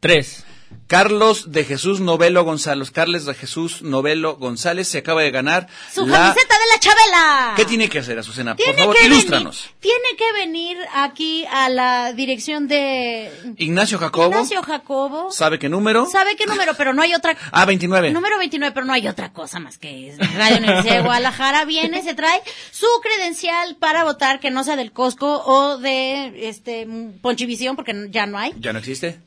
Speaker 5: 3.
Speaker 4: Carlos de Jesús Novelo González. Carlos de Jesús Novelo González se acaba de ganar
Speaker 3: Su
Speaker 4: la...
Speaker 3: camiseta de la Chabela.
Speaker 4: ¿Qué tiene que hacer, Azucena? Por
Speaker 3: Tiene
Speaker 4: favor,
Speaker 3: que
Speaker 4: ilústranos.
Speaker 3: Tiene que venir aquí a la dirección de
Speaker 4: Ignacio Jacobo.
Speaker 3: Ignacio Jacobo.
Speaker 4: ¿Sabe qué número?
Speaker 3: ¿Sabe qué número? Pero no hay otra.
Speaker 4: Ah, 29.
Speaker 3: Número 29, pero no hay otra cosa más que es Radio Universidad de Guadalajara. Viene, se trae su credencial para votar que no sea del Costco o de este mm, Ponchivisión, porque ya no hay.
Speaker 4: ¿Ya no existe?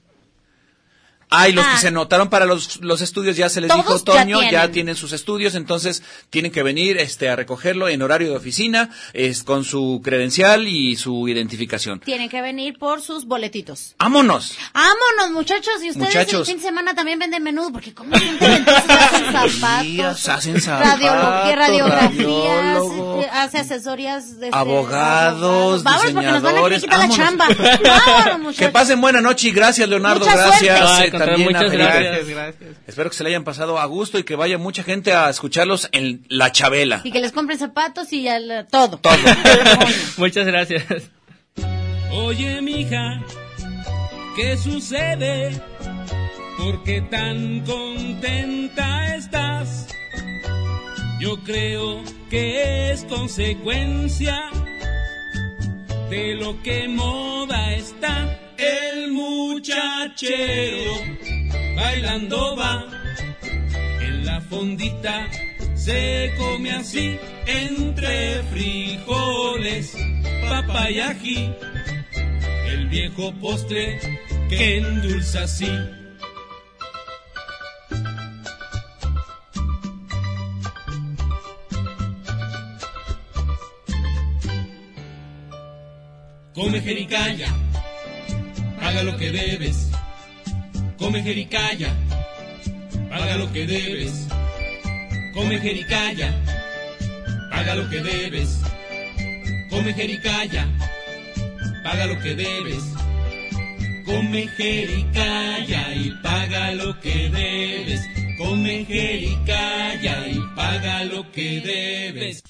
Speaker 4: Ah, y los
Speaker 3: Ah.
Speaker 4: que se notaron para los, los estudios, ya se les
Speaker 3: Todos
Speaker 4: dijo,
Speaker 3: ya
Speaker 4: Toño, ya tienen.
Speaker 3: tienen.
Speaker 4: sus estudios, entonces tienen que venir este, a recogerlo en horario de oficina, es, con su credencial y su identificación.
Speaker 3: Tienen que venir por sus boletitos.
Speaker 4: ¡Vámonos!
Speaker 3: Vámonos, muchachos. Y ustedes el
Speaker 4: Muchachos.
Speaker 3: fin de semana también venden menudo, porque como gente que entonces hacen zapatos,
Speaker 4: Días, hacen
Speaker 3: radiología,
Speaker 4: zapatos,
Speaker 3: radiografías,
Speaker 4: radiólogo,
Speaker 3: este, hace asesorías de este-
Speaker 4: abogados,
Speaker 3: Vámonos, porque nos van a
Speaker 4: diseñadores.
Speaker 3: querer quitar la
Speaker 4: vámonos.
Speaker 3: chamba.
Speaker 4: Que
Speaker 3: Vámonos, muchachos.
Speaker 4: pasen buena noche y gracias, Leonardo.
Speaker 3: Mucha suerte.
Speaker 4: gracias.
Speaker 5: Ah,
Speaker 4: eh,
Speaker 5: al contrario,
Speaker 4: también a
Speaker 5: muchas
Speaker 4: Felipe.
Speaker 5: gracias.
Speaker 14: Gracias.
Speaker 4: Espero que se le hayan pasado a gusto y que vaya mucha gente a escucharlos en La Chabela.
Speaker 3: Y que les compren zapatos y al- todo.
Speaker 5: Muchas gracias.
Speaker 10: Oye, mija, ¿qué sucede? ¿Por qué tan contenta estás? Yo creo que es consecuencia de lo que moda está. El muchachero bailando va en la fondita. Se come así entre frijoles, papayají el viejo postre que endulza así. Come jericaya, paga lo que debes. Come jericaya, paga lo que debes. Come jericaya, paga lo que debes. Come jericaya paga lo que debes. Come jericaya y paga lo que debes. Come jericaya y paga lo que debes.